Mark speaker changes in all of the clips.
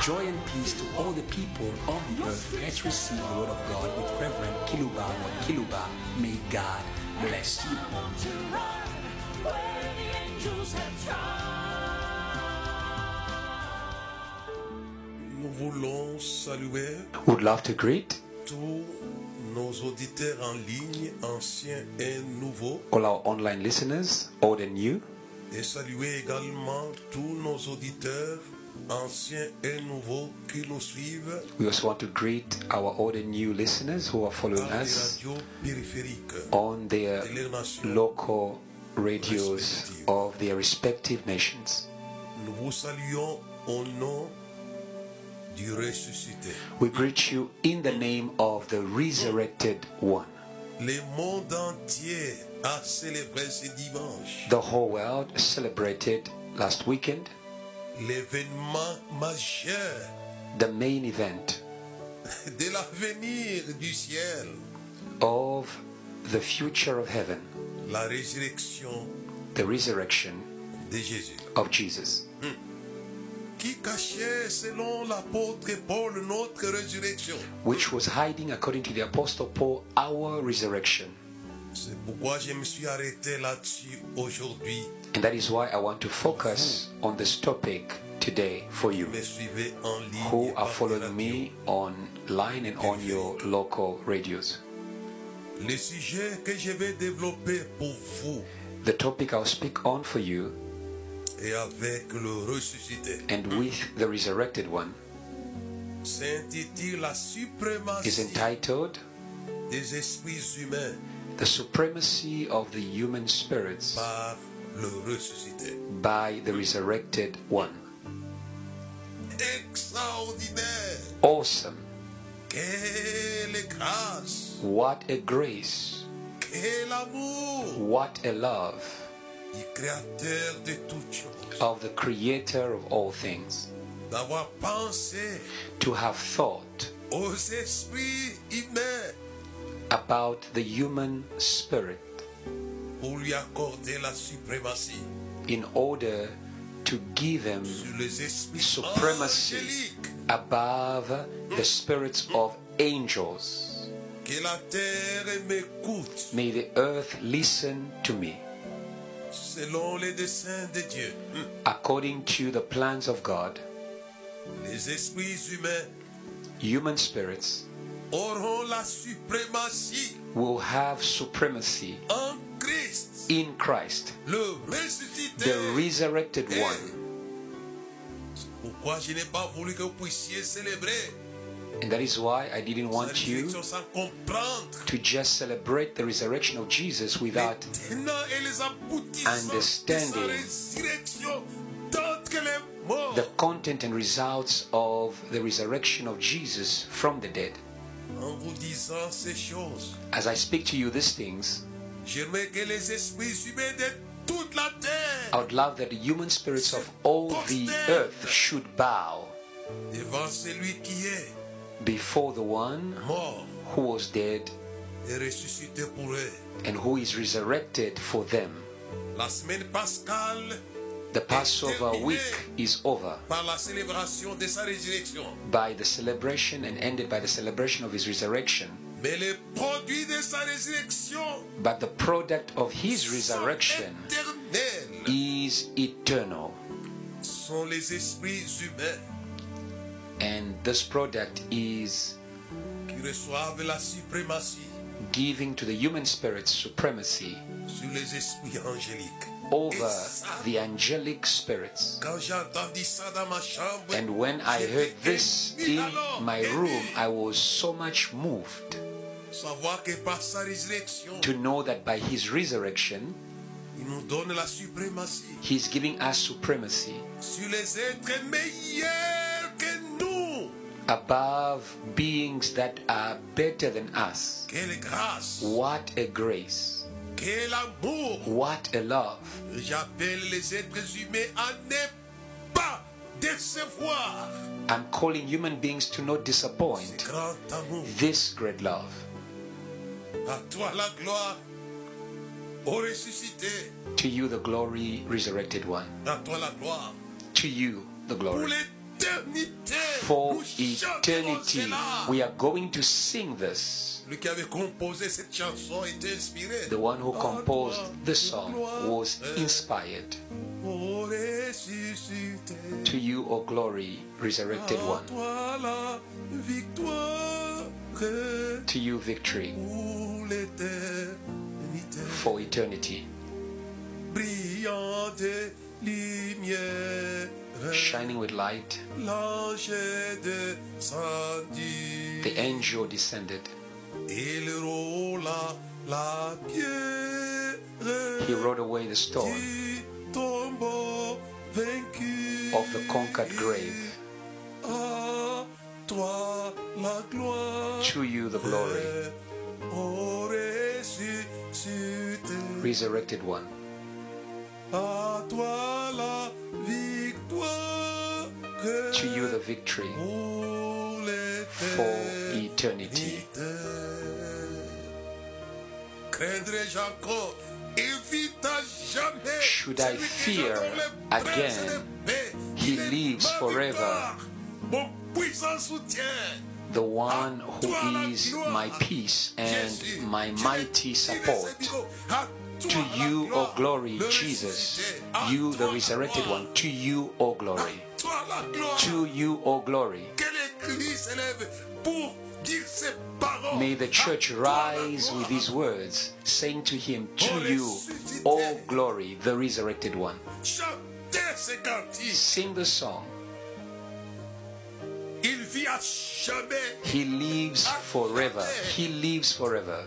Speaker 1: joy and peace to all the people of the earth. Let's receive the word of God with Reverend Kiluba or Kiluba. May God bless you.
Speaker 2: Nous voulons saluer
Speaker 1: Would love to greet
Speaker 2: tous nos auditeurs en ligne, anciens et nouveaux,
Speaker 1: all our online listeners, old and new,
Speaker 2: et saluer également tous nos auditeurs anciens et nouveaux qui nous suivent
Speaker 1: We also want to greet our old and new listeners who are following
Speaker 2: par les
Speaker 1: us
Speaker 2: radios périphériques.
Speaker 1: on their
Speaker 2: de les nations.
Speaker 1: local radios
Speaker 2: Respective.
Speaker 1: of their respective nations.
Speaker 2: Nous vous saluons au nom du ressuscité.
Speaker 1: We greet you in the name of the resurrected one.
Speaker 2: Le monde entier a célébré ce dimanche
Speaker 1: The whole world celebrated last weekend
Speaker 2: l'événement majeur
Speaker 1: the main event
Speaker 2: de l'avenir du ciel,
Speaker 1: of the future of heaven,
Speaker 2: la résurrection
Speaker 1: the resurrection
Speaker 2: de Jésus.
Speaker 1: of Jesus,
Speaker 2: Qui cachait, selon l'apôtre Paul, notre résurrection.
Speaker 1: which was hiding, according to the Apostle Paul, our resurrection.
Speaker 2: C'est pourquoi je me suis arrêté là-dessus aujourd'hui.
Speaker 1: And that is why I want to focus on this topic today for you.
Speaker 2: Me suivez en ligne.
Speaker 1: who are
Speaker 2: par les
Speaker 1: following
Speaker 2: radios.
Speaker 1: me online and on your local radios.
Speaker 2: Le sujet que je vais développer pour vous
Speaker 1: The topic I'll speak on for you
Speaker 2: et avec le ressuscité
Speaker 1: and with the resurrected one
Speaker 2: s'intitule La
Speaker 1: is
Speaker 2: suprématie
Speaker 1: entitled
Speaker 2: des esprits humains
Speaker 1: The Supremacy of the Human Spirits
Speaker 2: par le ressuscité.
Speaker 1: by the Resurrected One.
Speaker 2: Extraordinaire!
Speaker 1: Awesome.
Speaker 2: Quelle grâce!
Speaker 1: What a grace.
Speaker 2: Quel amour
Speaker 1: What a love
Speaker 2: du Créateur de toutes choses
Speaker 1: of the Creator of all things
Speaker 2: d'avoir pensé
Speaker 1: to have thought
Speaker 2: aux esprits humains
Speaker 1: about the human spirit
Speaker 2: pour lui accorder la suprématie
Speaker 1: in order to give him
Speaker 2: sur les esprits
Speaker 1: supremacy
Speaker 2: angéliques.
Speaker 1: above the spirits of angels.
Speaker 2: Que la terre m'écoute
Speaker 1: May the earth listen to me
Speaker 2: selon les desseins de Dieu. Hmm.
Speaker 1: according to the plans of God.
Speaker 2: Les esprits humains
Speaker 1: Human spirits
Speaker 2: auront la suprématie
Speaker 1: will have supremacy
Speaker 2: en Christ,
Speaker 1: in Christ,
Speaker 2: le
Speaker 1: the
Speaker 2: ressuscité.
Speaker 1: resurrected one.
Speaker 2: Pourquoi je n'ai pas voulu que vous puissiez célébrer
Speaker 1: And that is why I didn't
Speaker 2: cette
Speaker 1: want you
Speaker 2: résurrection sans comprendre
Speaker 1: to just celebrate the resurrection of Jesus without
Speaker 2: les tenants et les aboutissants de sa
Speaker 1: Understanding.
Speaker 2: résurrection d'autres que les morts.
Speaker 1: the content and results of the resurrection of Jesus from the dead.
Speaker 2: En vous disant ces choses,
Speaker 1: As I speak to you these things,
Speaker 2: j'aimerais que les esprits humains de toute la terre
Speaker 1: I would love that the human spirits of all the earth should bow
Speaker 2: devant celui qui est
Speaker 1: before the one
Speaker 2: mort
Speaker 1: who was dead
Speaker 2: et ressuscité pour eux.
Speaker 1: and who is resurrected for them.
Speaker 2: La semaine pascale,
Speaker 1: The Passover week is over
Speaker 2: par la célébration de sa résurrection,
Speaker 1: by the celebration and ended by the celebration of his resurrection.
Speaker 2: mais les produits de sa résurrection
Speaker 1: But the product of his
Speaker 2: sont
Speaker 1: resurrection
Speaker 2: éternels,
Speaker 1: is eternal,
Speaker 2: sont les esprits humains
Speaker 1: and this product is
Speaker 2: qui reçoivent la suprématie
Speaker 1: giving to the human spirits supremacy
Speaker 2: sur les esprits angéliques.
Speaker 1: over
Speaker 2: Et ça,
Speaker 1: the angelic spirits.
Speaker 2: quand j'ai entendu ça dans ma chambre,
Speaker 1: And when I
Speaker 2: j'étais
Speaker 1: heard this
Speaker 2: ému
Speaker 1: in
Speaker 2: alors,
Speaker 1: my
Speaker 2: ému.
Speaker 1: room, I was so much moved
Speaker 2: Savoir que par sa résurrection,
Speaker 1: to know that by his resurrection,
Speaker 2: il nous donne la suprématie
Speaker 1: he's giving us supremacy
Speaker 2: sur les êtres meilleurs que nous.
Speaker 1: above beings that are better than us.
Speaker 2: Quelle grâce,
Speaker 1: What a grace!
Speaker 2: quel amour.
Speaker 1: What a love!
Speaker 2: J'appelle les êtres humains à ne pas décevoir.
Speaker 1: I'm calling human beings to not
Speaker 2: C'est
Speaker 1: disappoint
Speaker 2: grand amour.
Speaker 1: this great love.
Speaker 2: À toi la gloire. Au ressuscité,
Speaker 1: To you, the glory, resurrected one.
Speaker 2: à toi la gloire.
Speaker 1: To you, the
Speaker 2: Pour
Speaker 1: glory.
Speaker 2: les l'éternité.
Speaker 1: For
Speaker 2: Nous chanterons
Speaker 1: eternity,
Speaker 2: cela.
Speaker 1: we are going to sing this.
Speaker 2: Lui qui avait composé cette chanson était inspiré.
Speaker 1: The one who
Speaker 2: Par
Speaker 1: composed
Speaker 2: toi, euh,
Speaker 1: the song
Speaker 2: gloire
Speaker 1: was
Speaker 2: est
Speaker 1: inspired.
Speaker 2: au ressuscité.
Speaker 1: To you, O glory, resurrected
Speaker 2: À
Speaker 1: one.
Speaker 2: toi la victoire est
Speaker 1: To you, victory
Speaker 2: pour l'éternité.
Speaker 1: for eternity.
Speaker 2: Brillante lumière,
Speaker 1: Shining with light,
Speaker 2: l'ange est descendu.
Speaker 1: the angel descended.
Speaker 2: Il roula la pierre
Speaker 1: He rode away the storm
Speaker 2: du tombeau vaincu.
Speaker 1: of the conquered grave.
Speaker 2: À toi la gloire.
Speaker 1: To you, the glory,
Speaker 2: Au ressuscité.
Speaker 1: resurrected one.
Speaker 2: À toi la victoire.
Speaker 1: To you, the victory
Speaker 2: Pour
Speaker 1: for eternity.
Speaker 2: l'éternité. Craindrai-je encore Évite à jamais
Speaker 1: Should I
Speaker 2: celui qui
Speaker 1: fear
Speaker 2: j'adore, le prince
Speaker 1: again?
Speaker 2: de paix.
Speaker 1: He
Speaker 2: Il est
Speaker 1: lives
Speaker 2: ma
Speaker 1: forever.
Speaker 2: victoire, Mon puissant soutien.
Speaker 1: The one who is my peace and my mighty support. To you, O glory, Jesus. You, the resurrected one. To you, O glory. To you, O glory. May the church rise with these words, saying to him, To you, O glory, the resurrected one. Sing the song.
Speaker 2: Il vit à jamais.
Speaker 1: He lives forever. He lives forever.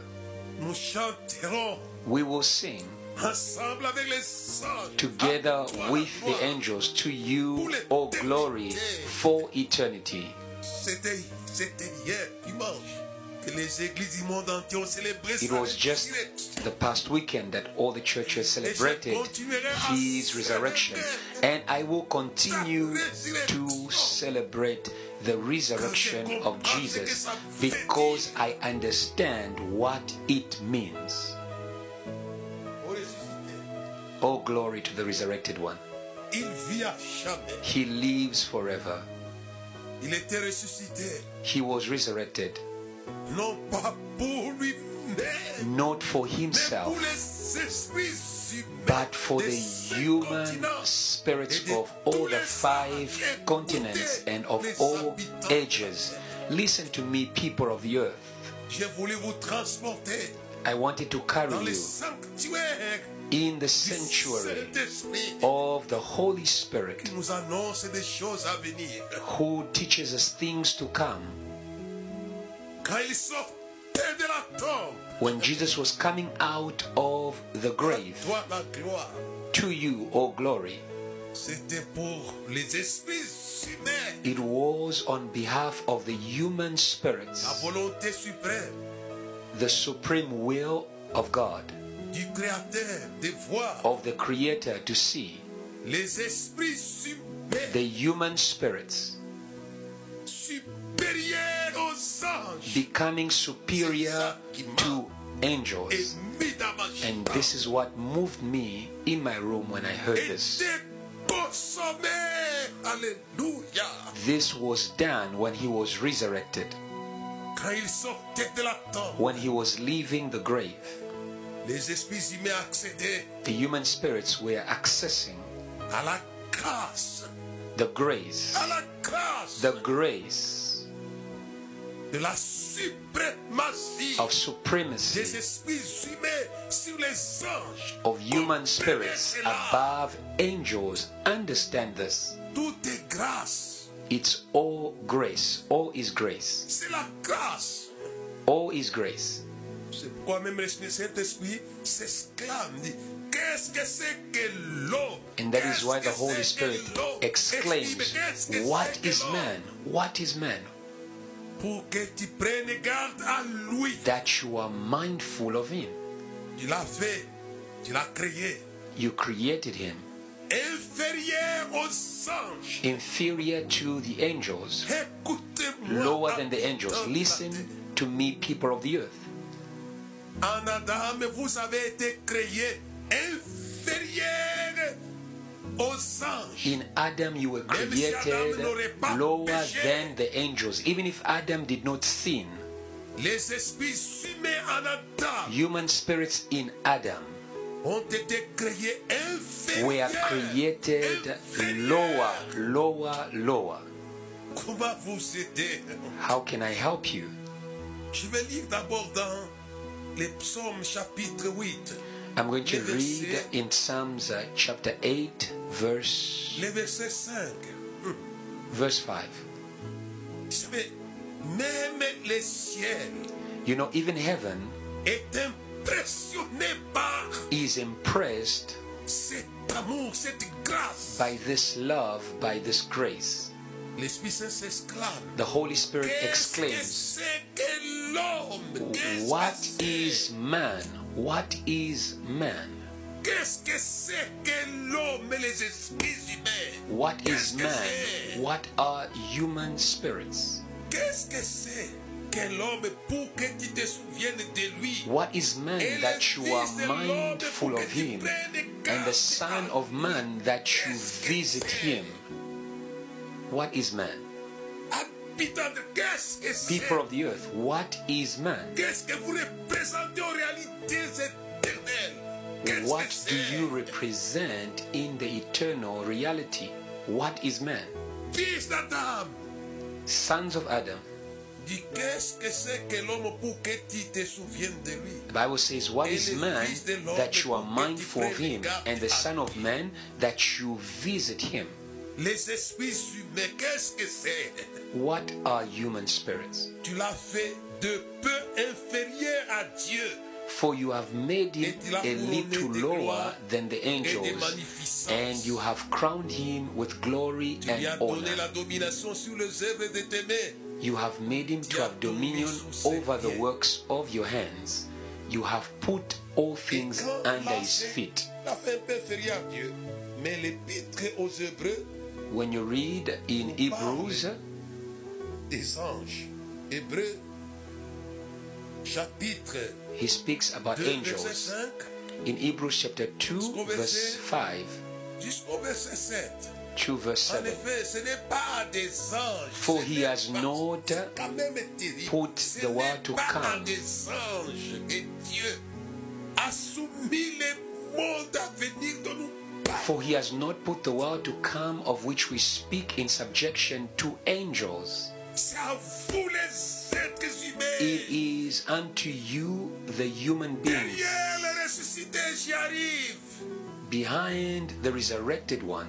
Speaker 2: Nous chanterons
Speaker 1: We will sing
Speaker 2: ensemble avec les anges.
Speaker 1: together
Speaker 2: À toi,
Speaker 1: with the
Speaker 2: gloire.
Speaker 1: angels to you, O glory, for eternity.
Speaker 2: C'était c'était hier, dimanche, que les églises du monde entier ont célébré
Speaker 1: It
Speaker 2: ça.
Speaker 1: was just the past weekend that all the churches celebrated his resurrection. And I will continue to celebrate the resurrection of Jesus because I understand what it means.
Speaker 2: Au ressuscité,
Speaker 1: All glory to the resurrected one.
Speaker 2: Il vit à jamais.
Speaker 1: He lives forever.
Speaker 2: Il était ressuscité,
Speaker 1: He was resurrected,
Speaker 2: non pas pour lui-même,
Speaker 1: not for
Speaker 2: mais pour
Speaker 1: himself,
Speaker 2: les esprits humains.
Speaker 1: but for
Speaker 2: des
Speaker 1: the
Speaker 2: cinq
Speaker 1: human
Speaker 2: continents et
Speaker 1: spirits
Speaker 2: de
Speaker 1: of all
Speaker 2: tous
Speaker 1: the
Speaker 2: les
Speaker 1: five
Speaker 2: anciens
Speaker 1: continents
Speaker 2: côtés,
Speaker 1: and of
Speaker 2: les
Speaker 1: all
Speaker 2: habitants de la
Speaker 1: ages.
Speaker 2: terre.
Speaker 1: Listen to me, people of the earth.
Speaker 2: J'ai voulu vous transporter
Speaker 1: I wanted to carry
Speaker 2: dans les
Speaker 1: you
Speaker 2: sanctuaires
Speaker 1: in the
Speaker 2: du
Speaker 1: sanctuary Oh.
Speaker 2: Saint-Esprit
Speaker 1: of the Holy Spirit
Speaker 2: qui nous annonce des choses à venir.
Speaker 1: who teaches us things to come.
Speaker 2: Quand il sortait de la tombe,
Speaker 1: When Jesus was coming out of the grave,
Speaker 2: toi la gloire,
Speaker 1: to you, O glory,
Speaker 2: c'était pour les esprits humains,
Speaker 1: it was on behalf of the human
Speaker 2: la
Speaker 1: spirits,
Speaker 2: volonté suprême
Speaker 1: the supreme will of God,
Speaker 2: du Créateur, de voir
Speaker 1: of the Creator to see.
Speaker 2: les esprits
Speaker 1: the
Speaker 2: humains
Speaker 1: human spirits
Speaker 2: supérieurs aux anges
Speaker 1: becoming superior to
Speaker 2: et
Speaker 1: angels.
Speaker 2: mis dans ma
Speaker 1: And
Speaker 2: chambre
Speaker 1: this is what moved me in my room when I heard
Speaker 2: et
Speaker 1: this.
Speaker 2: consommés. Alléluia.
Speaker 1: This was done when he was resurrected,
Speaker 2: Quand il sortait de la tombe,
Speaker 1: when he was leaving the grave.
Speaker 2: les esprits humains accédaient
Speaker 1: The human spirits were accessing
Speaker 2: à la grâce,
Speaker 1: the grace,
Speaker 2: à la grâce
Speaker 1: the grace
Speaker 2: de la suprématie
Speaker 1: of
Speaker 2: des
Speaker 1: supremacy
Speaker 2: esprits humains sur les anges.
Speaker 1: of human
Speaker 2: Comprenez
Speaker 1: spirits
Speaker 2: cela.
Speaker 1: above angels. Understand this.
Speaker 2: Tout est grâce.
Speaker 1: It's all grace. All is grace.
Speaker 2: C'est la grâce.
Speaker 1: All is grace.
Speaker 2: C'est pourquoi même le Saint-Esprit s'exclame, dit, qu'est-ce que c'est que l'eau
Speaker 1: And that is why the
Speaker 2: Qu'est-ce que
Speaker 1: Holy
Speaker 2: c'est que
Speaker 1: Spirit
Speaker 2: l'eau Exprime,
Speaker 1: exclaims,
Speaker 2: qu'est-ce que
Speaker 1: What
Speaker 2: c'est que
Speaker 1: is
Speaker 2: l'eau
Speaker 1: man? What is man?
Speaker 2: Pour que tu prennes garde à lui.
Speaker 1: That you are mindful of him.
Speaker 2: Tu l'as fait, tu l'as créé,
Speaker 1: You created him
Speaker 2: inférieur aux anges.
Speaker 1: inferior to the angels,
Speaker 2: Écoutez-moi.
Speaker 1: lower than the angels.
Speaker 2: attendez.
Speaker 1: Listen to me, people of the earth.
Speaker 2: En Adam, vous avez été créés inférieur aux anges.
Speaker 1: In Adam, you were
Speaker 2: Même si Adam
Speaker 1: created
Speaker 2: n'aurait pas
Speaker 1: lower
Speaker 2: péché.
Speaker 1: than the angels. Even if Adam did not sin,
Speaker 2: Les esprits sumés en Adam
Speaker 1: human spirits in Adam
Speaker 2: ont été créés
Speaker 1: were
Speaker 2: inférieurs.
Speaker 1: created lower,
Speaker 2: inférieurs.
Speaker 1: lower, lower.
Speaker 2: Comment vous aider
Speaker 1: How can I help you?
Speaker 2: Je vais lire d'abord dans les psaumes chapitre 8,
Speaker 1: I'm going to
Speaker 2: Les versets-
Speaker 1: read in Psalms uh, chapter 8, verse,
Speaker 2: les versets 5.
Speaker 1: verse 5.
Speaker 2: Je vais- Même les ciels
Speaker 1: You know, even heaven
Speaker 2: est impressionné par
Speaker 1: is impressed
Speaker 2: cet amour, cette grâce.
Speaker 1: by this love, by this grace.
Speaker 2: L'Esprit Saint s'exclame.
Speaker 1: The Holy Spirit
Speaker 2: Qu'est-ce que
Speaker 1: exclaims,
Speaker 2: c'est que l'homme Qu'est-ce que
Speaker 1: What
Speaker 2: c'est
Speaker 1: is man? What is man?
Speaker 2: Qu'est-ce que c'est que l'homme et les esprits humains
Speaker 1: What
Speaker 2: Qu'est-ce
Speaker 1: is
Speaker 2: que
Speaker 1: man?
Speaker 2: c'est
Speaker 1: What are human spirits?
Speaker 2: Qu'est-ce que c'est que l'homme pour que tu te souviennes de lui
Speaker 1: What is man
Speaker 2: Et
Speaker 1: that
Speaker 2: le
Speaker 1: you are
Speaker 2: fils de l'homme
Speaker 1: mindful
Speaker 2: pour
Speaker 1: of
Speaker 2: que tu
Speaker 1: him, and
Speaker 2: prennes
Speaker 1: the
Speaker 2: garde
Speaker 1: Son
Speaker 2: à
Speaker 1: of
Speaker 2: lui.
Speaker 1: man that you
Speaker 2: Qu'est-ce que
Speaker 1: visit
Speaker 2: c'est?
Speaker 1: him? What is man?
Speaker 2: Habitants de qu'est-ce que c'est
Speaker 1: People of the earth, what is man?
Speaker 2: Qu'est-ce que vous représentez aux réalités éternelles Qu'est-ce que
Speaker 1: What do
Speaker 2: c'est
Speaker 1: you represent in the eternal reality? What is man?
Speaker 2: Fils d'Adam
Speaker 1: Sons of Adam.
Speaker 2: Dis qu'est-ce que c'est que l'homme pour que tu te souviennes de lui
Speaker 1: The Bible says, What is man that you are mindful of him, and the Son of Man that you visit him?
Speaker 2: Les esprits humains, qu'est-ce que c'est
Speaker 1: What are human spirits?
Speaker 2: Tu l'as fait de peu inférieur à Dieu
Speaker 1: For you have made him a little lower than the
Speaker 2: et de
Speaker 1: angels,
Speaker 2: magnificence.
Speaker 1: and you have crowned him with glory
Speaker 2: tu
Speaker 1: and
Speaker 2: lui as donné
Speaker 1: honor.
Speaker 2: la domination sur les œuvres de tes mains.
Speaker 1: You have made him to have dominion over the works of your hands. You have put all things
Speaker 2: Et quand
Speaker 1: under
Speaker 2: la
Speaker 1: his
Speaker 2: fin-
Speaker 1: feet.
Speaker 2: La fin peut inférieure à Dieu. Mais l'épître aux Hébreux
Speaker 1: When you read in Hebrews,
Speaker 2: des anges. Hébreux chapitre
Speaker 1: he speaks about
Speaker 2: 2, verset
Speaker 1: angels.
Speaker 2: 5
Speaker 1: In Hebrews chapter 2, verse 5
Speaker 2: jusqu'au verset 7.
Speaker 1: to verse
Speaker 2: En
Speaker 1: 7.
Speaker 2: effet, ce n'est pas à des anges.
Speaker 1: For
Speaker 2: ce
Speaker 1: he
Speaker 2: n'est
Speaker 1: has
Speaker 2: pas-
Speaker 1: not
Speaker 2: c'est quand même terrible.
Speaker 1: put
Speaker 2: Ce
Speaker 1: the
Speaker 2: n'est
Speaker 1: world to
Speaker 2: pas à
Speaker 1: come.
Speaker 2: des anges que Dieu a soumis le monde à venir de nous.
Speaker 1: For he has not put the world to come of which we speak in subjection to angels.
Speaker 2: C'est à vous les êtres
Speaker 1: It
Speaker 2: humains.
Speaker 1: is unto you, the human beings,
Speaker 2: Derrière le ressuscité, j'y arrive.
Speaker 1: behind the resurrected one.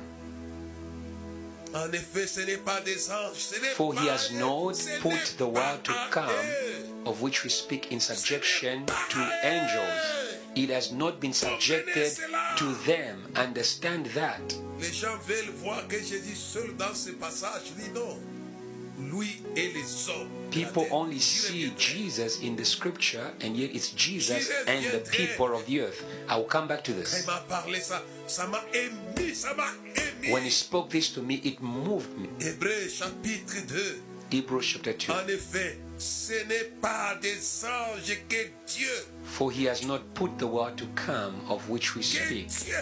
Speaker 2: En effet, ce n'est pas des anges. Ce n'est
Speaker 1: For
Speaker 2: pas
Speaker 1: he has
Speaker 2: à eux,
Speaker 1: not
Speaker 2: ce n'est
Speaker 1: put the
Speaker 2: pas
Speaker 1: world to
Speaker 2: à eux.
Speaker 1: come of which we speak in subjection to angels. It has not been subjected to them. Understand that.
Speaker 2: Les gens veulent voir que Jésus seul dans ce passage. Je dis non. Lui et les hommes.
Speaker 1: People
Speaker 2: Regardez,
Speaker 1: only
Speaker 2: j'y
Speaker 1: see
Speaker 2: reviendrai.
Speaker 1: Jesus in the scripture, and yet it's Jesus and the people of the earth. I will come back to
Speaker 2: Il
Speaker 1: this.
Speaker 2: m'a parlé ça. Ça m'a ému. Ça m'a ému.
Speaker 1: When he spoke this to me, it moved me.
Speaker 2: Hébreux chapitre 2.
Speaker 1: Hebrews chapter 2.
Speaker 2: En effet, ce n'est pas des anges que Dieu.
Speaker 1: For he has not put the word to come of which we
Speaker 2: Que
Speaker 1: speak
Speaker 2: Dieu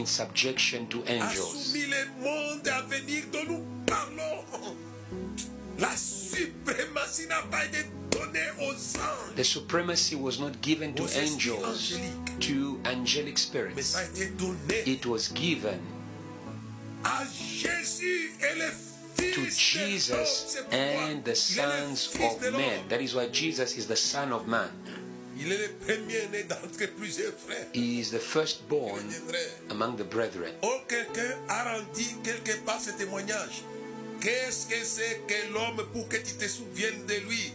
Speaker 1: in subjection to
Speaker 2: a
Speaker 1: angels.
Speaker 2: soumis le monde à venir dont nous parlons. La suprématie n'a pas été donnée aux anges.
Speaker 1: The supremacy was not given to
Speaker 2: Aux esprits
Speaker 1: angels,
Speaker 2: angéliques.
Speaker 1: to angelic
Speaker 2: Mais
Speaker 1: spirits.
Speaker 2: ça a été donné
Speaker 1: It was given
Speaker 2: à Jésus et les
Speaker 1: to
Speaker 2: fils de
Speaker 1: Jesus
Speaker 2: l'homme. C'est
Speaker 1: and
Speaker 2: pourquoi
Speaker 1: the
Speaker 2: il est le
Speaker 1: sons
Speaker 2: fils de
Speaker 1: of men.
Speaker 2: l'homme.
Speaker 1: That is why Jesus is the Son of Man.
Speaker 2: Il est le premier né d'entre plusieurs frères.
Speaker 1: He is the
Speaker 2: Il
Speaker 1: firstborn
Speaker 2: reviendrait.
Speaker 1: among the brethren.
Speaker 2: Oh, quelqu'un a rendu quelque part ce témoignage. Qu'est-ce que c'est que l'homme pour que tu te souviennes de lui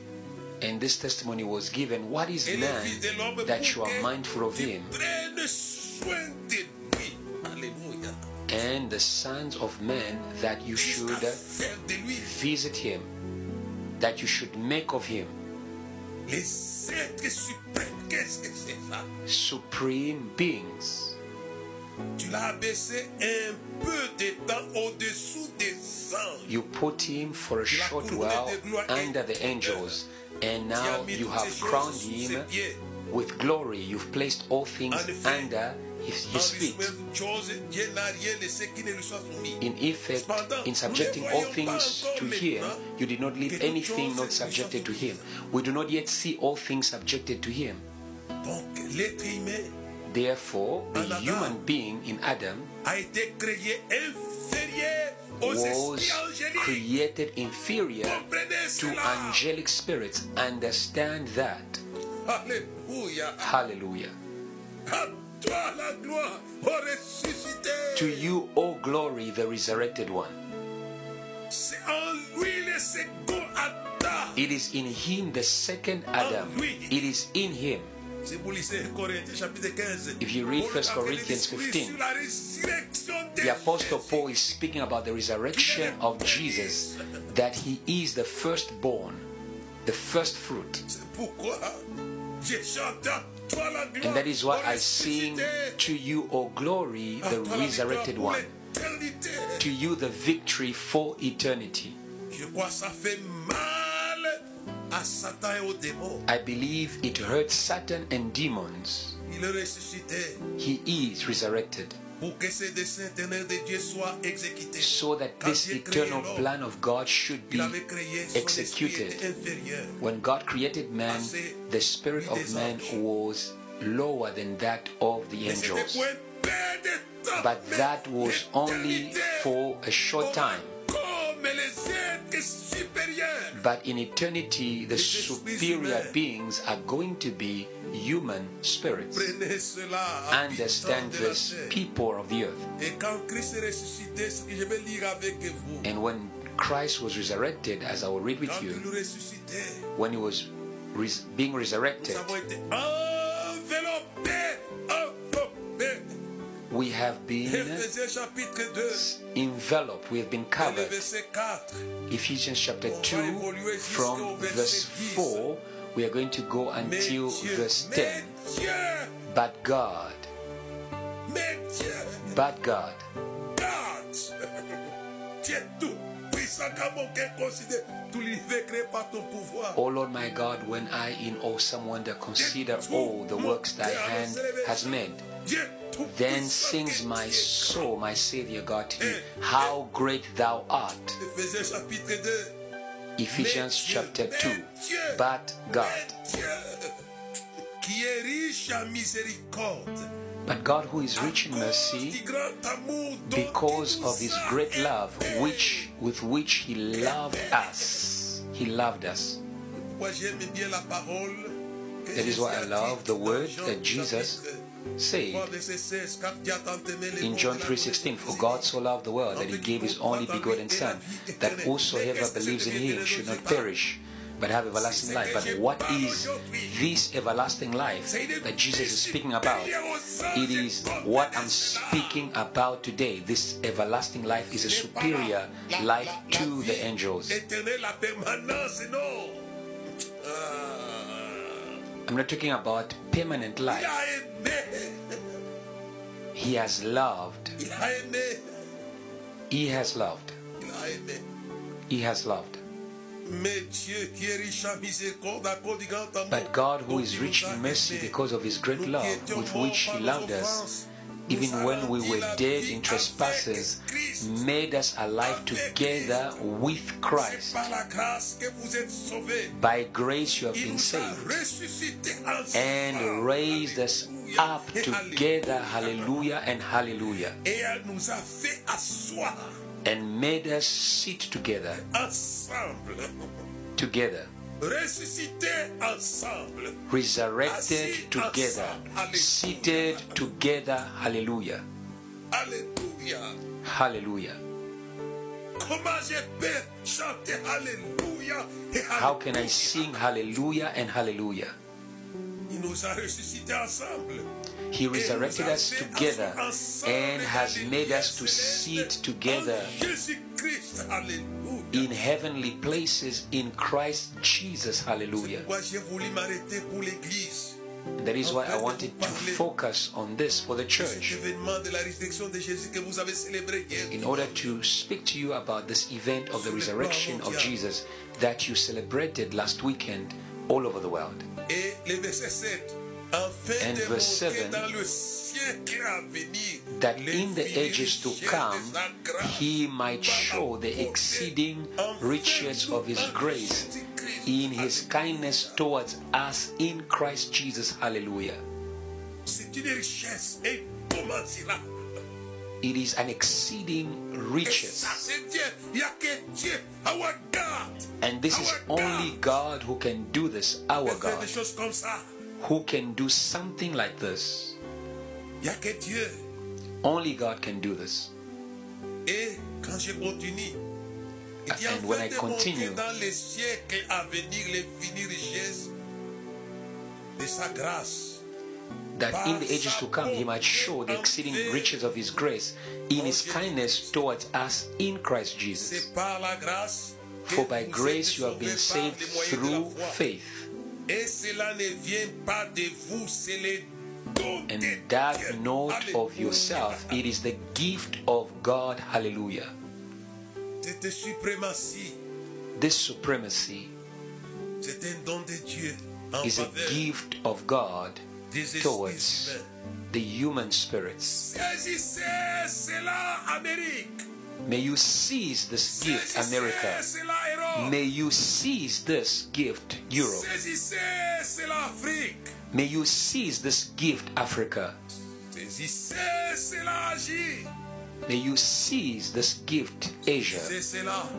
Speaker 1: And this testimony was given What is
Speaker 2: Et le Fils de
Speaker 1: man
Speaker 2: l'homme pour
Speaker 1: that you are mindful
Speaker 2: que
Speaker 1: of
Speaker 2: tu
Speaker 1: him,
Speaker 2: prennes soin de lui. Alléluia.
Speaker 1: and the sons of men that you
Speaker 2: Jusqu'à
Speaker 1: should
Speaker 2: faire de lui
Speaker 1: visit him, that you should make of him
Speaker 2: les êtres suprêmes. Qu'est-ce que c'est ça
Speaker 1: supreme beings.
Speaker 2: Tu l'as abaissé un peu de temps au-dessous des anges.
Speaker 1: You put him for a short while under the angels, and
Speaker 2: Tu as
Speaker 1: now
Speaker 2: mis
Speaker 1: you
Speaker 2: toutes
Speaker 1: have
Speaker 2: ces choses
Speaker 1: crowned
Speaker 2: sous ses
Speaker 1: him
Speaker 2: pieds.
Speaker 1: with glory. You've placed all things under His,
Speaker 2: en
Speaker 1: his feet.
Speaker 2: résumant toute chose, Dieu n'a rien laissé qui ne lui soit soumis.
Speaker 1: In effect, in subjecting all things to Him, you did not leave anything not subjected to Him. We do not yet see all things subjected to Him.
Speaker 2: Donc l'être humain
Speaker 1: Therefore, the human being in Adam
Speaker 2: a été créé inférieur aux esprits
Speaker 1: was
Speaker 2: angéliques.
Speaker 1: created inferior
Speaker 2: Comprenez
Speaker 1: to
Speaker 2: cela.
Speaker 1: angelic spirits. Understand that.
Speaker 2: Alléluia.
Speaker 1: Hallelujah.
Speaker 2: À toi la gloire, au ressuscité.
Speaker 1: To you, all glory, the resurrected one.
Speaker 2: C'est en lui le second Adam.
Speaker 1: It is in Him, the second Adam. It is in Him.
Speaker 2: Si vous lisez Corinthiens chapitre 15,
Speaker 1: If you read
Speaker 2: Paul
Speaker 1: 1
Speaker 2: a fait
Speaker 1: Corinthians
Speaker 2: l'esprit
Speaker 1: 15,
Speaker 2: sur la résurrection de
Speaker 1: The Apostle
Speaker 2: Jésus.
Speaker 1: Paul is speaking about the resurrection of Jesus, that he is the firstborn, the first fruit.
Speaker 2: C'est pourquoi je chante à toi la gloire.
Speaker 1: And that is why
Speaker 2: au
Speaker 1: I sing
Speaker 2: ressuscité.
Speaker 1: to you, O glory,
Speaker 2: À
Speaker 1: the
Speaker 2: toi la
Speaker 1: resurrected
Speaker 2: gloire
Speaker 1: one,
Speaker 2: pour l'éternité.
Speaker 1: to you, the victory for eternity.
Speaker 2: Je crois que ça fait mal à Satan et aux démons.
Speaker 1: I believe it hurts Satan and demons.
Speaker 2: Il est ressuscité
Speaker 1: He is resurrected,
Speaker 2: pour que ce dessein éternel de Dieu soit exécuté.
Speaker 1: so that this eternal plan of God should
Speaker 2: Il
Speaker 1: be
Speaker 2: avait créé son
Speaker 1: executed.
Speaker 2: esprit était inférieur.
Speaker 1: When God created man, the spirit of man was lower than that of the
Speaker 2: Mais c'était
Speaker 1: angels.
Speaker 2: pour un peu de temps,
Speaker 1: But
Speaker 2: mais
Speaker 1: that was only
Speaker 2: l'éternité,
Speaker 1: for a short time.
Speaker 2: Comme les êtres supérieurs.
Speaker 1: But in eternity, the superior beings are going to be human spirits.
Speaker 2: Prenez cela.
Speaker 1: Understand
Speaker 2: habitants de la
Speaker 1: this,
Speaker 2: terre.
Speaker 1: people of the earth.
Speaker 2: Et quand Christ est ressuscité, ce que je vais lire avec vous.
Speaker 1: And when Christ was resurrected, as I will read
Speaker 2: Quand
Speaker 1: with
Speaker 2: il
Speaker 1: you,
Speaker 2: nous ressuscitait,
Speaker 1: when he was res- being
Speaker 2: nous
Speaker 1: resurrected,
Speaker 2: avons été enveloppés, enveloppés.
Speaker 1: we have been
Speaker 2: Éphésiens chapitre 2,
Speaker 1: enveloped, we have been
Speaker 2: et le
Speaker 1: covered.
Speaker 2: verset 4.
Speaker 1: Ephesians chapter 2, from verse 4, we are going to go
Speaker 2: Mais
Speaker 1: until
Speaker 2: Dieu,
Speaker 1: verse
Speaker 2: mais
Speaker 1: 10.
Speaker 2: Dieu,
Speaker 1: But God,
Speaker 2: mais Dieu,
Speaker 1: but God,
Speaker 2: God. Tu es tout puissant comme aucun considère. Tout l'univers créé par ton pouvoir.
Speaker 1: O Lord my God, when I in awe some wonder consider all the works thy hand has made,
Speaker 2: Dieu tout
Speaker 1: then
Speaker 2: puissant
Speaker 1: sings
Speaker 2: que
Speaker 1: my
Speaker 2: tu es.
Speaker 1: soul, my Savior God, to thee, How great thou art.
Speaker 2: Éphésiens chapitre 2.
Speaker 1: Ephesians
Speaker 2: Mais Dieu,
Speaker 1: chapter
Speaker 2: mais
Speaker 1: 2,
Speaker 2: Dieu,
Speaker 1: but God.
Speaker 2: mais Dieu, Qui est riche en miséricorde.
Speaker 1: But God, who is
Speaker 2: à
Speaker 1: rich in
Speaker 2: cause
Speaker 1: mercy,
Speaker 2: du grand amour dont
Speaker 1: because
Speaker 2: il
Speaker 1: of his
Speaker 2: nous a
Speaker 1: great love
Speaker 2: aimés.
Speaker 1: which with which he loved us he loved us
Speaker 2: Moi, j'aime bien la parole. que
Speaker 1: That is
Speaker 2: Jésus
Speaker 1: why I
Speaker 2: a
Speaker 1: love
Speaker 2: dite
Speaker 1: the
Speaker 2: dans
Speaker 1: word
Speaker 2: Jean
Speaker 1: that Jesus
Speaker 2: chapitre
Speaker 1: said
Speaker 2: trois, verset 16, car Dieu a tant aimé le
Speaker 1: in
Speaker 2: monde
Speaker 1: john
Speaker 2: qu'il a
Speaker 1: 3.16 for
Speaker 2: donné
Speaker 1: god
Speaker 2: son
Speaker 1: so loved the world that he gave his only begotten son that whosoever believes in him should not perish but have everlasting life but what is this everlasting life that jesus is speaking about it is what i'm speaking about today this everlasting life is a superior life to the angels
Speaker 2: Éternel, la permanence, non. Ah,
Speaker 1: i'm not talking about permanent
Speaker 2: il
Speaker 1: life
Speaker 2: a aimé,
Speaker 1: He has loved.
Speaker 2: il a aimé,
Speaker 1: He has loved.
Speaker 2: il a aimé.
Speaker 1: He has loved.
Speaker 2: Mais Dieu qui est riche en miséricorde, à cause du grand amour
Speaker 1: But God, who
Speaker 2: dont
Speaker 1: is
Speaker 2: il nous
Speaker 1: rich
Speaker 2: a
Speaker 1: in mercy
Speaker 2: aimés,
Speaker 1: because of his great
Speaker 2: nous qui
Speaker 1: love
Speaker 2: étions
Speaker 1: with
Speaker 2: morts
Speaker 1: which he
Speaker 2: par nos
Speaker 1: loved
Speaker 2: offenses,
Speaker 1: us,
Speaker 2: nous
Speaker 1: even
Speaker 2: a
Speaker 1: when we
Speaker 2: rendu
Speaker 1: were
Speaker 2: la
Speaker 1: dead
Speaker 2: vie
Speaker 1: in trespasses,
Speaker 2: avec Christ.
Speaker 1: made us alive together with
Speaker 2: C'est
Speaker 1: Christ.
Speaker 2: par la grâce que vous êtes sauvés.
Speaker 1: By grace you have
Speaker 2: Il
Speaker 1: been
Speaker 2: nous a
Speaker 1: saved
Speaker 2: ressuscités ensemble.
Speaker 1: and raised us
Speaker 2: Alléluia.
Speaker 1: up
Speaker 2: Et
Speaker 1: together. Hallelujah and hallelujah.
Speaker 2: Et elle nous a fait asseoir
Speaker 1: And made us sit together.
Speaker 2: ensemble.
Speaker 1: Together.
Speaker 2: Ressuscités ensemble.
Speaker 1: Resurrected together. Seated together. Hallelujah.
Speaker 2: Alléluia.
Speaker 1: Hallelujah.
Speaker 2: Comment je peux chanter Alléluia et
Speaker 1: How can I
Speaker 2: Alléluia?
Speaker 1: sing hallelujah and hallelujah?
Speaker 2: Il nous a ressuscités ensemble.
Speaker 1: He resurrected us together and has made us to sit together
Speaker 2: jésus christ Alléluia.
Speaker 1: in heavenly places in Christ Jesus. Hallelujah.
Speaker 2: Moi, j'ai voulu m'arrêter pour l'Église.
Speaker 1: That is why I wanted to focus on this for the
Speaker 2: Cet
Speaker 1: church
Speaker 2: événement de la résurrection de Jésus que vous avez célébré hier.
Speaker 1: in order to speak to you about this event of the resurrection of Jesus that you celebrated last weekend all over the world.
Speaker 2: Et le verset 7. afin
Speaker 1: And
Speaker 2: de
Speaker 1: verse
Speaker 2: montrer
Speaker 1: seven,
Speaker 2: dans le siècle à venir
Speaker 1: that
Speaker 2: les
Speaker 1: in the ages to
Speaker 2: vérités de
Speaker 1: come
Speaker 2: sa grâce
Speaker 1: he might
Speaker 2: par
Speaker 1: show the
Speaker 2: apporter
Speaker 1: exceeding
Speaker 2: en fait
Speaker 1: riches of his
Speaker 2: nous
Speaker 1: grace
Speaker 2: en Jésus-Christ.
Speaker 1: in his
Speaker 2: Alléluia.
Speaker 1: kindness towards us in Christ Jesus. Hallelujah.
Speaker 2: C'est une richesse incommensurable.
Speaker 1: It is an exceeding
Speaker 2: Et ça,
Speaker 1: riches.
Speaker 2: c'est Dieu. Il n'y a que Dieu, our God.
Speaker 1: And this is
Speaker 2: Our
Speaker 1: only
Speaker 2: God.
Speaker 1: God who can do this,
Speaker 2: peut
Speaker 1: our
Speaker 2: faire
Speaker 1: God,
Speaker 2: des choses comme ça.
Speaker 1: who can do something like this.
Speaker 2: Il n'y a que Dieu.
Speaker 1: Only God can do this.
Speaker 2: Et quand je continue, il dit
Speaker 1: And
Speaker 2: afin
Speaker 1: when I
Speaker 2: de
Speaker 1: continue-
Speaker 2: montrer dans les siècles à venir les finies richesses de sa grâce.
Speaker 1: That in the ages to come he might show the exceeding riches of his grace in his kindness towards us in Christ Jesus.
Speaker 2: C'est par la grâce que
Speaker 1: For by
Speaker 2: vous
Speaker 1: grace
Speaker 2: êtes
Speaker 1: you have been
Speaker 2: sauvés
Speaker 1: saved
Speaker 2: par les moyens
Speaker 1: through
Speaker 2: de la foi.
Speaker 1: faith,
Speaker 2: Et cela ne vient pas de vous, c'est le don de
Speaker 1: and
Speaker 2: Dieu.
Speaker 1: that not of
Speaker 2: Alléluia.
Speaker 1: yourself. It is the gift of God. Hallelujah.
Speaker 2: Cette suprématie,
Speaker 1: This supremacy
Speaker 2: c'est un don de Dieu en
Speaker 1: is a
Speaker 2: faveur
Speaker 1: gift of God
Speaker 2: des esprits
Speaker 1: towards
Speaker 2: humains.
Speaker 1: the human spirits.
Speaker 2: Saisissez cela, Amérique.
Speaker 1: May you seize this gift,
Speaker 2: Saisissez
Speaker 1: America.
Speaker 2: cela, Europe.
Speaker 1: May you seize this gift, Europe.
Speaker 2: Saisissez cela, Afrique.
Speaker 1: May you seize this gift, Africa.
Speaker 2: Saisissez cela, Asie.
Speaker 1: May you seize this gift, Asia.
Speaker 2: Saisissez cela,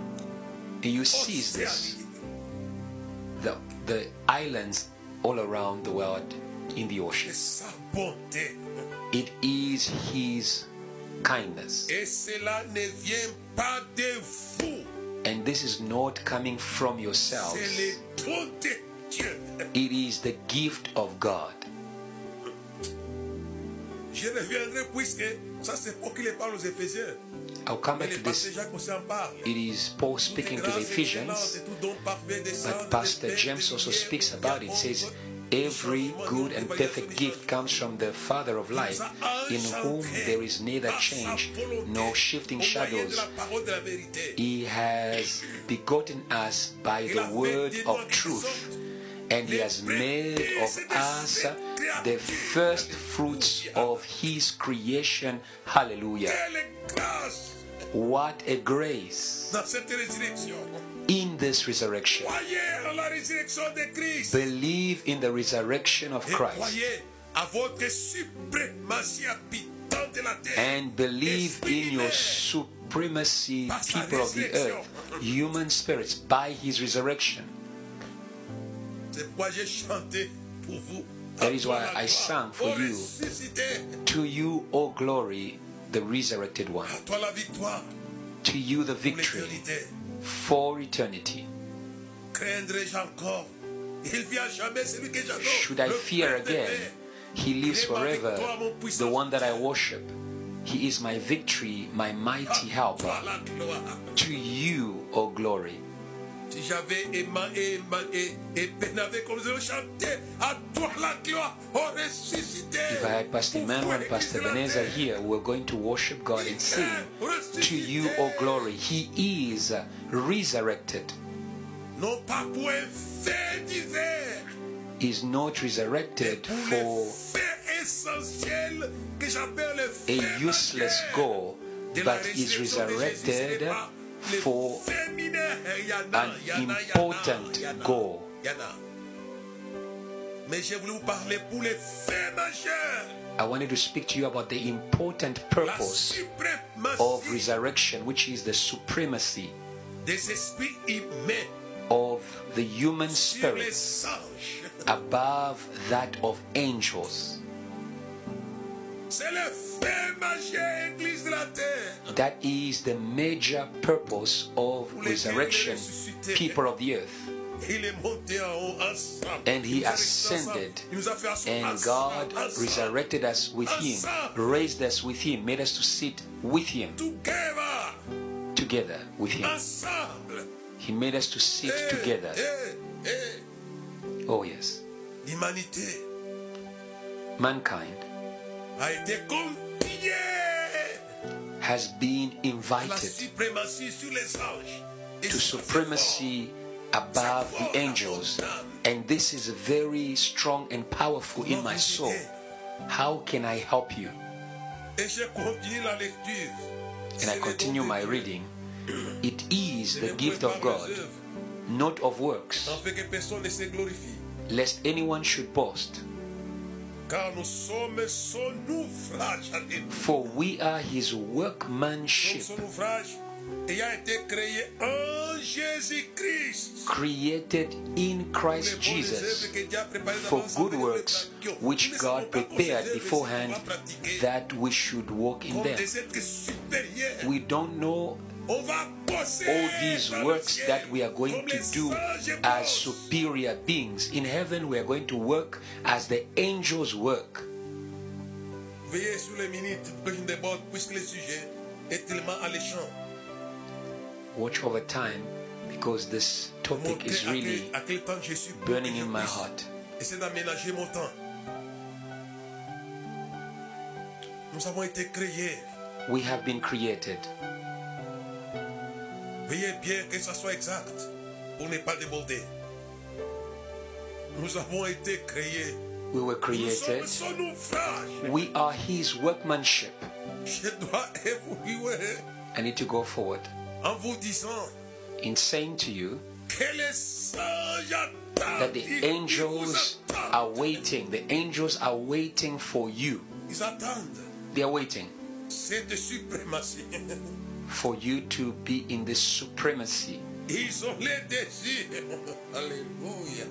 Speaker 1: May you seize this.
Speaker 2: Océanie.
Speaker 1: the, the islands all around the world in the
Speaker 2: Et
Speaker 1: ocean.
Speaker 2: sa bonté.
Speaker 1: It is His kindness.
Speaker 2: Et cela ne vient pas de vous.
Speaker 1: And this is not coming from
Speaker 2: C'est
Speaker 1: yourselves,
Speaker 2: le don de Dieu.
Speaker 1: it is the gift of God.
Speaker 2: Je reviendrai puisque ça c'est pour qu'il parle aux Éphésiens.
Speaker 1: I'll come
Speaker 2: Mais
Speaker 1: back
Speaker 2: les
Speaker 1: to
Speaker 2: pasteur
Speaker 1: this.
Speaker 2: Jacques aussi en parle.
Speaker 1: It is Paul
Speaker 2: Toute
Speaker 1: speaking to
Speaker 2: grâce
Speaker 1: the
Speaker 2: excellente
Speaker 1: Ephesians,
Speaker 2: et tout don parfait descend
Speaker 1: but
Speaker 2: de
Speaker 1: Pastor
Speaker 2: Père
Speaker 1: James
Speaker 2: des
Speaker 1: also
Speaker 2: lumières,
Speaker 1: speaks
Speaker 2: qui
Speaker 1: about it.
Speaker 2: a
Speaker 1: He says,
Speaker 2: offert
Speaker 1: Every good and perfect gift comes from the Father of light, in whom there is neither change nor shifting shadows. He has begotten us by the word of truth, and He has made of us the first fruits of His creation. Hallelujah.
Speaker 2: Quelle grâce
Speaker 1: What a grace
Speaker 2: dans cette résurrection.
Speaker 1: in this resurrection.
Speaker 2: Croyez en la résurrection de Christ.
Speaker 1: Believe in the resurrection of
Speaker 2: Et
Speaker 1: Christ,
Speaker 2: croyez à votre suprématie habitante de la terre.
Speaker 1: and believe in your
Speaker 2: Esprit
Speaker 1: supremacy, people of the earth, human spirits, by His resurrection.
Speaker 2: humain. C'est pourquoi j'ai chanté pour vous.
Speaker 1: That is why
Speaker 2: À toi la
Speaker 1: I
Speaker 2: gloire.
Speaker 1: sang for
Speaker 2: Ô
Speaker 1: you.
Speaker 2: ressuscité,
Speaker 1: To you, O glory, the resurrected one.
Speaker 2: À toi la victoire.
Speaker 1: To you, the
Speaker 2: Pour
Speaker 1: victory
Speaker 2: l'éternité.
Speaker 1: for eternity.
Speaker 2: Craindrai-je encore Il vient jamais celui que j'adore.
Speaker 1: Should I
Speaker 2: le
Speaker 1: fear
Speaker 2: Père de
Speaker 1: again?
Speaker 2: paix.
Speaker 1: He lives forever, the one that I worship. He is my victory, my
Speaker 2: À
Speaker 1: mighty
Speaker 2: toi
Speaker 1: helper.
Speaker 2: la gloire.
Speaker 1: To you, O glory.
Speaker 2: Si j'avais aimé, aimé, et, et pénavé comme je le chantais, à toi la gloire, oh ressuscité.
Speaker 1: If I had Pastor Emmanuel and Pastor Ebenezer here, we we're going to worship God and sing to you, O glory. He is resurrected.
Speaker 2: Non pas pour un fait divers,
Speaker 1: He is not
Speaker 2: mais
Speaker 1: resurrected
Speaker 2: pour le
Speaker 1: for
Speaker 2: fait essentiel que j'appelle le fait
Speaker 1: a useless
Speaker 2: majeur
Speaker 1: goal,
Speaker 2: de la
Speaker 1: but is
Speaker 2: résurrection de Jésus. Ce n'est
Speaker 1: resurrected
Speaker 2: pas le
Speaker 1: for
Speaker 2: fait mineur. Il y en a,
Speaker 1: an
Speaker 2: il y en a, il y en a,
Speaker 1: important
Speaker 2: il y en a,
Speaker 1: goal.
Speaker 2: il y en a. Mais je voulais vous parler pour les faits majeurs.
Speaker 1: I wanted to speak to you about the important
Speaker 2: La
Speaker 1: purpose of
Speaker 2: suprématie
Speaker 1: resurrection, which is the supremacy
Speaker 2: des esprits humains
Speaker 1: of the human
Speaker 2: sur les
Speaker 1: spirit
Speaker 2: anges.
Speaker 1: above that of angels.
Speaker 2: C'est le fait majeur, Église de la terre.
Speaker 1: That is the major purpose of resurrection, people of the earth.
Speaker 2: Il est monté en haut ensemble.
Speaker 1: And he
Speaker 2: Il nous a ressuscité ensemble.
Speaker 1: ascended.
Speaker 2: Il nous a fait asseoir
Speaker 1: And
Speaker 2: ensemble,
Speaker 1: God
Speaker 2: ensemble.
Speaker 1: resurrected us with Him, raised us with Him, made us to sit with Him,
Speaker 2: Together,
Speaker 1: together with Him.
Speaker 2: ensemble.
Speaker 1: He made us to sit
Speaker 2: Eh,
Speaker 1: together.
Speaker 2: eh, eh.
Speaker 1: Oh, yes.
Speaker 2: L'humanité
Speaker 1: Mankind
Speaker 2: a été confiée
Speaker 1: has been
Speaker 2: à la
Speaker 1: invited
Speaker 2: suprématie sur les anges. Et
Speaker 1: to
Speaker 2: ça, c'est
Speaker 1: supremacy above the angels. And this is very strong and powerful in my soul. How can I help you?
Speaker 2: Et je continue la lecture.
Speaker 1: And I continue my reading. It is the gift of God, not of works,
Speaker 2: En fait que personne ne se glorifie.
Speaker 1: lest anyone should boast.
Speaker 2: Car nous sommes son ouvrage à Dieu.
Speaker 1: For we are his
Speaker 2: Nous
Speaker 1: workmanship,
Speaker 2: Son ouvrage ayant été créé en Jésus-Christ.
Speaker 1: created in
Speaker 2: Pour les
Speaker 1: Christ
Speaker 2: bonnes
Speaker 1: Jesus
Speaker 2: œuvres que Dieu a préparées
Speaker 1: for
Speaker 2: d'avance
Speaker 1: good
Speaker 2: afin de
Speaker 1: works
Speaker 2: les pratiquer. Nous
Speaker 1: which
Speaker 2: ne
Speaker 1: God
Speaker 2: savons pas
Speaker 1: prepared
Speaker 2: considérer
Speaker 1: beforehand
Speaker 2: ce qu'on va pratiquer
Speaker 1: that we should walk in
Speaker 2: comme
Speaker 1: them.
Speaker 2: des êtres supérieurs.
Speaker 1: We don't know
Speaker 2: On va bosser
Speaker 1: all these
Speaker 2: dans le
Speaker 1: works
Speaker 2: ciel
Speaker 1: that we are going
Speaker 2: comme
Speaker 1: to
Speaker 2: les
Speaker 1: do
Speaker 2: anges
Speaker 1: as
Speaker 2: bossent.
Speaker 1: superior beings. In heaven, we are going to work as the angels work.
Speaker 2: Veillez sur les minutes que je ne déborde puisque le sujet est tellement alléchant.
Speaker 1: Watch over time because this topic
Speaker 2: Montrez
Speaker 1: is
Speaker 2: à
Speaker 1: really
Speaker 2: quel- à quel temps je suis pour
Speaker 1: burning
Speaker 2: que je
Speaker 1: in my
Speaker 2: puisse
Speaker 1: heart.
Speaker 2: Essayer d'aménager mon temps. Nous avons été créés.
Speaker 1: we have been created.
Speaker 2: Veillez bien que ça soit exact pour ne pas déborder. Nous avons été créés.
Speaker 1: We were
Speaker 2: Nous
Speaker 1: created.
Speaker 2: sommes son ouvrage.
Speaker 1: We are His workmanship.
Speaker 2: Je dois évoluer
Speaker 1: I need to go forward
Speaker 2: en vous disant
Speaker 1: in saying to you
Speaker 2: que les anges attendent.
Speaker 1: that
Speaker 2: Ils-
Speaker 1: the
Speaker 2: ils vous
Speaker 1: angels
Speaker 2: attendent.
Speaker 1: are waiting. The angels are waiting for you.
Speaker 2: Ils attendent
Speaker 1: They are waiting
Speaker 2: cette suprématie.
Speaker 1: for you to be in this supremacy.
Speaker 2: Ils ont les désirs. Alléluia.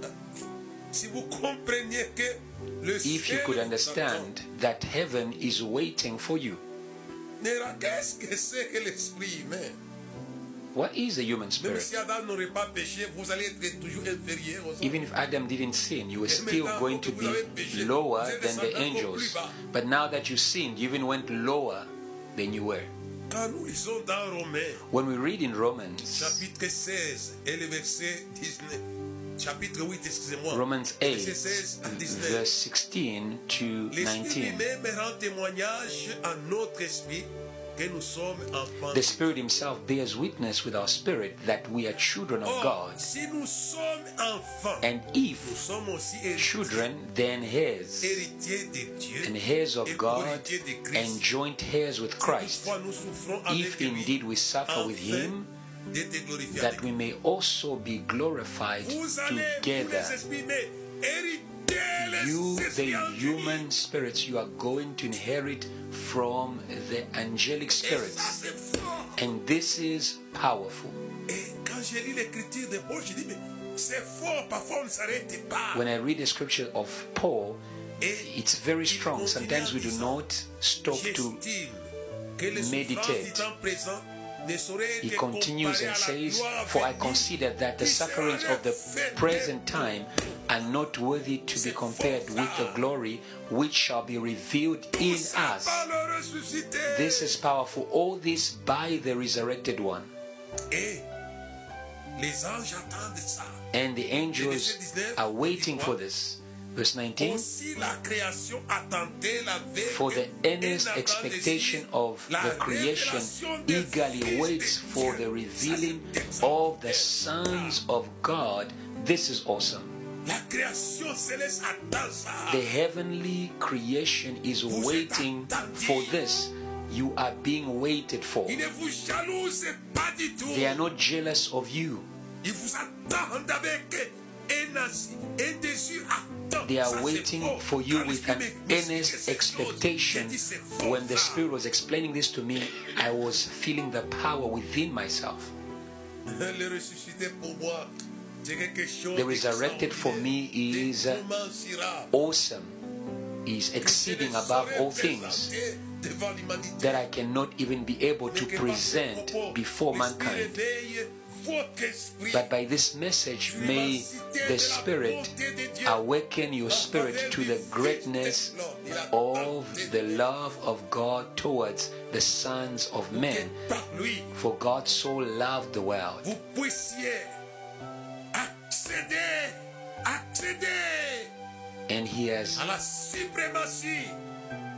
Speaker 2: Si vous compreniez que le
Speaker 1: If you
Speaker 2: ciel
Speaker 1: could
Speaker 2: vous
Speaker 1: understand that heaven is waiting for you.
Speaker 2: attend. Néra, Qu'est-ce que c'est que l'esprit humain
Speaker 1: What is the human
Speaker 2: Même
Speaker 1: spirit?
Speaker 2: si Adam n'aurait pas péché, vous allez être toujours inférieur aux autres.
Speaker 1: Even if Adam didn't sin, you were still going to be lower than the angels. But now that you sinned, you even went lower than you were.
Speaker 2: Quand nous lisons dans Romains,
Speaker 1: When we read in Romans,
Speaker 2: chapitre 16 et le verset 19, chapitre 8, excusez-moi,
Speaker 1: Romans
Speaker 2: le
Speaker 1: 8,
Speaker 2: verset 16 à 19,
Speaker 1: verse 16 to
Speaker 2: l'esprit
Speaker 1: 19,
Speaker 2: lui-même rend témoignage à notre esprit que nous sommes enfants
Speaker 1: the Spirit Himself bears witness with our spirit that we are children of
Speaker 2: Or,
Speaker 1: God.
Speaker 2: Si nous sommes enfants,
Speaker 1: And
Speaker 2: nous
Speaker 1: if
Speaker 2: sommes aussi héritiers,
Speaker 1: children, then heirs,
Speaker 2: héritiers de Dieu
Speaker 1: and heirs
Speaker 2: et
Speaker 1: of God,
Speaker 2: héritiers de
Speaker 1: and
Speaker 2: Christ.
Speaker 1: joint heirs with Christ,
Speaker 2: Toutefois, nous souffrons
Speaker 1: if
Speaker 2: avec lui,
Speaker 1: indeed we suffer with
Speaker 2: afin
Speaker 1: Him,
Speaker 2: d'être glorifiés
Speaker 1: that
Speaker 2: avec
Speaker 1: we
Speaker 2: lui.
Speaker 1: may also be glorified
Speaker 2: Vous allez, vous
Speaker 1: together.
Speaker 2: les esprits, mais hériter les
Speaker 1: You,
Speaker 2: esprits
Speaker 1: the
Speaker 2: en
Speaker 1: human
Speaker 2: unis.
Speaker 1: spirits, you are going to inherit from the angelic
Speaker 2: Et
Speaker 1: spirits.
Speaker 2: ça, c'est fort.
Speaker 1: And this is powerful.
Speaker 2: Et quand je lis l'écriture de Paul, je dis, mais c'est fort, parfois on ne s'arrête pas.
Speaker 1: When I read the scripture of Paul,
Speaker 2: Et
Speaker 1: it's very
Speaker 2: il
Speaker 1: strong.
Speaker 2: continue
Speaker 1: Sometimes
Speaker 2: en
Speaker 1: we do
Speaker 2: disant,
Speaker 1: not stop to.
Speaker 2: J'estime que les
Speaker 1: meditate.
Speaker 2: souffrances du temps présent ne sauraient
Speaker 1: He
Speaker 2: être
Speaker 1: continues
Speaker 2: comparées
Speaker 1: and
Speaker 2: à la
Speaker 1: says,
Speaker 2: gloire
Speaker 1: For I
Speaker 2: venue
Speaker 1: consider that the
Speaker 2: qui
Speaker 1: sufferings
Speaker 2: sera
Speaker 1: of the
Speaker 2: faite
Speaker 1: present
Speaker 2: de
Speaker 1: time are not worthy to be compared with the glory which shall be revealed in
Speaker 2: tous
Speaker 1: us.
Speaker 2: par le ressuscité.
Speaker 1: This is powerful. All this by the resurrected one.
Speaker 2: Et les anges attendent ça.
Speaker 1: And the angels are waiting for this. Verse 19.
Speaker 2: Aussi la création attendait la veille
Speaker 1: For the
Speaker 2: et
Speaker 1: earnest
Speaker 2: n'attendait
Speaker 1: expectation
Speaker 2: si
Speaker 1: of
Speaker 2: la
Speaker 1: the creation
Speaker 2: révélation des
Speaker 1: eagerly
Speaker 2: fils
Speaker 1: waits
Speaker 2: de
Speaker 1: for
Speaker 2: Dieu.
Speaker 1: the revealing
Speaker 2: Ça, c'est
Speaker 1: of the
Speaker 2: extraordinaire.
Speaker 1: sons of God. This is awesome.
Speaker 2: La création céleste attend ça.
Speaker 1: The heavenly creation is waiting for this. You are being waited for.
Speaker 2: Ils ne vous jalousent pas du tout.
Speaker 1: They are not jealous of you.
Speaker 2: Ils vous attendent avec un, ansi- un désir ardent.
Speaker 1: They
Speaker 2: Ça,
Speaker 1: are
Speaker 2: c'est
Speaker 1: waiting
Speaker 2: fort.
Speaker 1: for you with
Speaker 2: Quand l'esprit
Speaker 1: an
Speaker 2: m'explique
Speaker 1: earnest
Speaker 2: ces choses,
Speaker 1: expectation.
Speaker 2: j'ai dit, c'est fort,
Speaker 1: When the
Speaker 2: ça.
Speaker 1: Spirit was explaining this to me, I was feeling the power within myself.
Speaker 2: Le ressuscité pour moi, c'est quelque chose
Speaker 1: The resurrected for me is, uh,
Speaker 2: d'extrêmement si rare.
Speaker 1: Awesome is exceeding above all things that I cannot even be able to present before mankind. But by this message, may the Spirit awaken your spirit to the greatness of the love of God towards the sons of men.
Speaker 2: par lui,
Speaker 1: For God so loved the world
Speaker 2: vous puissiez accéder, accéder
Speaker 1: and he has
Speaker 2: à la suprématie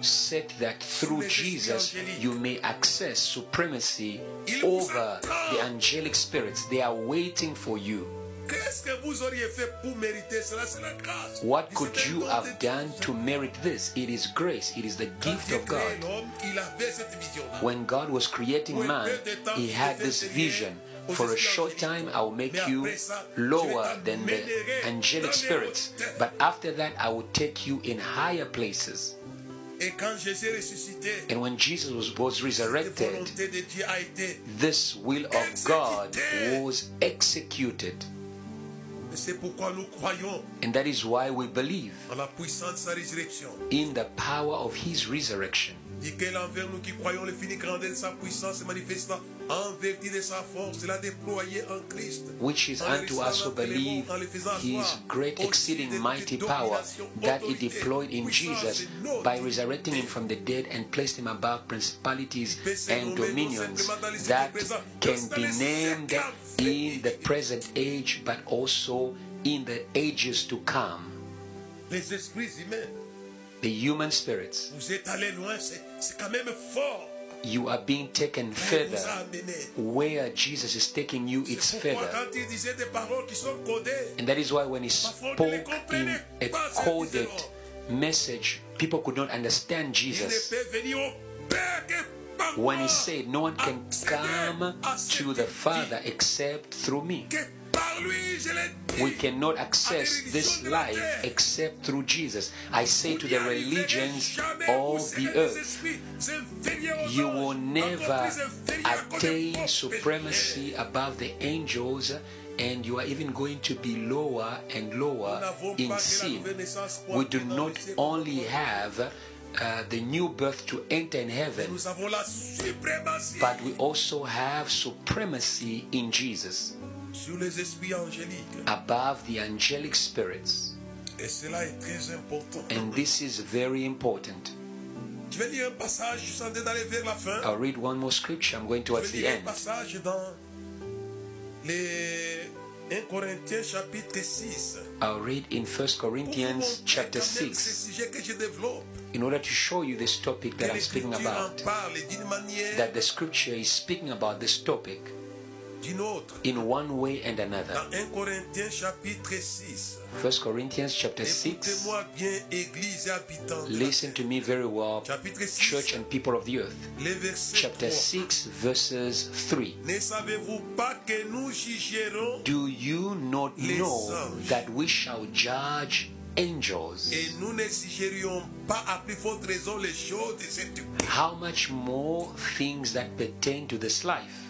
Speaker 1: said that through Jesus you may access supremacy over the angelic spirits. They are waiting for you.
Speaker 2: Qu'est-ce que vous auriez fait pour mériter cela C'est la grâce.
Speaker 1: What
Speaker 2: Il
Speaker 1: could
Speaker 2: s'est
Speaker 1: you
Speaker 2: donné
Speaker 1: have
Speaker 2: Dieu.
Speaker 1: done to merit this? It is grace, it is the
Speaker 2: Quand
Speaker 1: gift
Speaker 2: Dieu
Speaker 1: of
Speaker 2: créait
Speaker 1: God.
Speaker 2: l'homme, il avait cette vision-là.
Speaker 1: When God was creating man, he had this vision. For a short time, I will make you lower than the angelic spirits, but after that, I will take you in higher places.
Speaker 2: Et quand Jésus est ressuscité,
Speaker 1: And when Jesus was, was
Speaker 2: la
Speaker 1: resurrected,
Speaker 2: volonté de Dieu a été.
Speaker 1: this will of God was executed.
Speaker 2: Et c'est pourquoi nous croyons
Speaker 1: And that is why we believe
Speaker 2: en la puissance de sa résurrection.
Speaker 1: in the power of his resurrection.
Speaker 2: Dit qu'elle envers nous qui croyons le fini grandeur de sa puissance se manifesta en vertu de sa force, il a déployé en Christ.
Speaker 1: which is
Speaker 2: En
Speaker 1: unto us who
Speaker 2: hérissant notre
Speaker 1: believe
Speaker 2: élément, en le faisant
Speaker 1: his
Speaker 2: asseoir
Speaker 1: great
Speaker 2: au-dessus de
Speaker 1: exceeding
Speaker 2: toute
Speaker 1: mighty power
Speaker 2: domination,
Speaker 1: that he
Speaker 2: autorité,
Speaker 1: deployed in
Speaker 2: puissance
Speaker 1: Jesus
Speaker 2: et nom
Speaker 1: by
Speaker 2: du
Speaker 1: resurrecting him
Speaker 2: Dieu.
Speaker 1: from the dead and placed him above principalities
Speaker 2: Il peut se
Speaker 1: and
Speaker 2: nommer non
Speaker 1: dominions
Speaker 2: simplement dans les
Speaker 1: that
Speaker 2: siècles présents,
Speaker 1: can
Speaker 2: mais
Speaker 1: be
Speaker 2: dans les
Speaker 1: named
Speaker 2: siècles à
Speaker 1: in the
Speaker 2: venir.
Speaker 1: present age but also in the ages to come.
Speaker 2: Les esprits humains,
Speaker 1: The human spirits,
Speaker 2: vous êtes allés loin, c'est c'est quand même fort.
Speaker 1: you are being taken
Speaker 2: Il vous a
Speaker 1: further.
Speaker 2: amené.
Speaker 1: Where Jesus is taking you, it's
Speaker 2: C'est pourquoi
Speaker 1: further.
Speaker 2: quand il disait des paroles qui sont codées,
Speaker 1: And that is why when he spoke in a coded message, people could not understand
Speaker 2: il ne
Speaker 1: Jesus.
Speaker 2: peut venir au Père que par
Speaker 1: When he
Speaker 2: moi,
Speaker 1: said, No one can
Speaker 2: accéder
Speaker 1: come
Speaker 2: à cette
Speaker 1: to the
Speaker 2: vie
Speaker 1: Father except through me.
Speaker 2: que par lui je l'ai dit.
Speaker 1: We cannot access this life except through Jesus. I say to the religions of the earth, You will never attain supremacy above the angels, and you are even going to be lower and lower in sin. We do not only have uh, the new birth to enter in heaven,
Speaker 2: Nous avons la suprématie
Speaker 1: but we also have supremacy in Jesus
Speaker 2: sur les esprits angéliques.
Speaker 1: above the angelic spirits.
Speaker 2: Et cela est très important.
Speaker 1: And this is very important.
Speaker 2: Je vais lire un passage, je suis en train d'aller vers la fin.
Speaker 1: I'll read one more scripture. I'm going towards
Speaker 2: Je
Speaker 1: the
Speaker 2: lis un
Speaker 1: end.
Speaker 2: passage dans les 1 Corinthiens chapitre 6.
Speaker 1: I'll read in 1
Speaker 2: Pour
Speaker 1: Corinthians
Speaker 2: vous
Speaker 1: chapter
Speaker 2: montrer quand même ce
Speaker 1: 6
Speaker 2: sujet que je développe,
Speaker 1: in order to show you this topic
Speaker 2: que
Speaker 1: that I'm speaking
Speaker 2: l'Écriture en
Speaker 1: about.
Speaker 2: parle d'une manière,
Speaker 1: That the scripture is speaking about this topic
Speaker 2: d'une autre.
Speaker 1: in one way and another.
Speaker 2: Dans 1 Corinthiens chapitre 6.
Speaker 1: 1 Corinthians chapter 6.
Speaker 2: Écoutez-moi bien, Église et habitants. de la
Speaker 1: Listen to
Speaker 2: terre.
Speaker 1: me very well,
Speaker 2: Chapitre 6,
Speaker 1: church and people of the earth.
Speaker 2: les versets
Speaker 1: Chapter
Speaker 2: 3.
Speaker 1: 6, verses 3.
Speaker 2: Ne savez-vous pas que nous jugerons
Speaker 1: Do you not
Speaker 2: Les
Speaker 1: know
Speaker 2: anges.
Speaker 1: that we shall judge angels?
Speaker 2: et nous ne jugerions pas à plus forte raison les choses de cette
Speaker 1: How much more things that pertain to this life?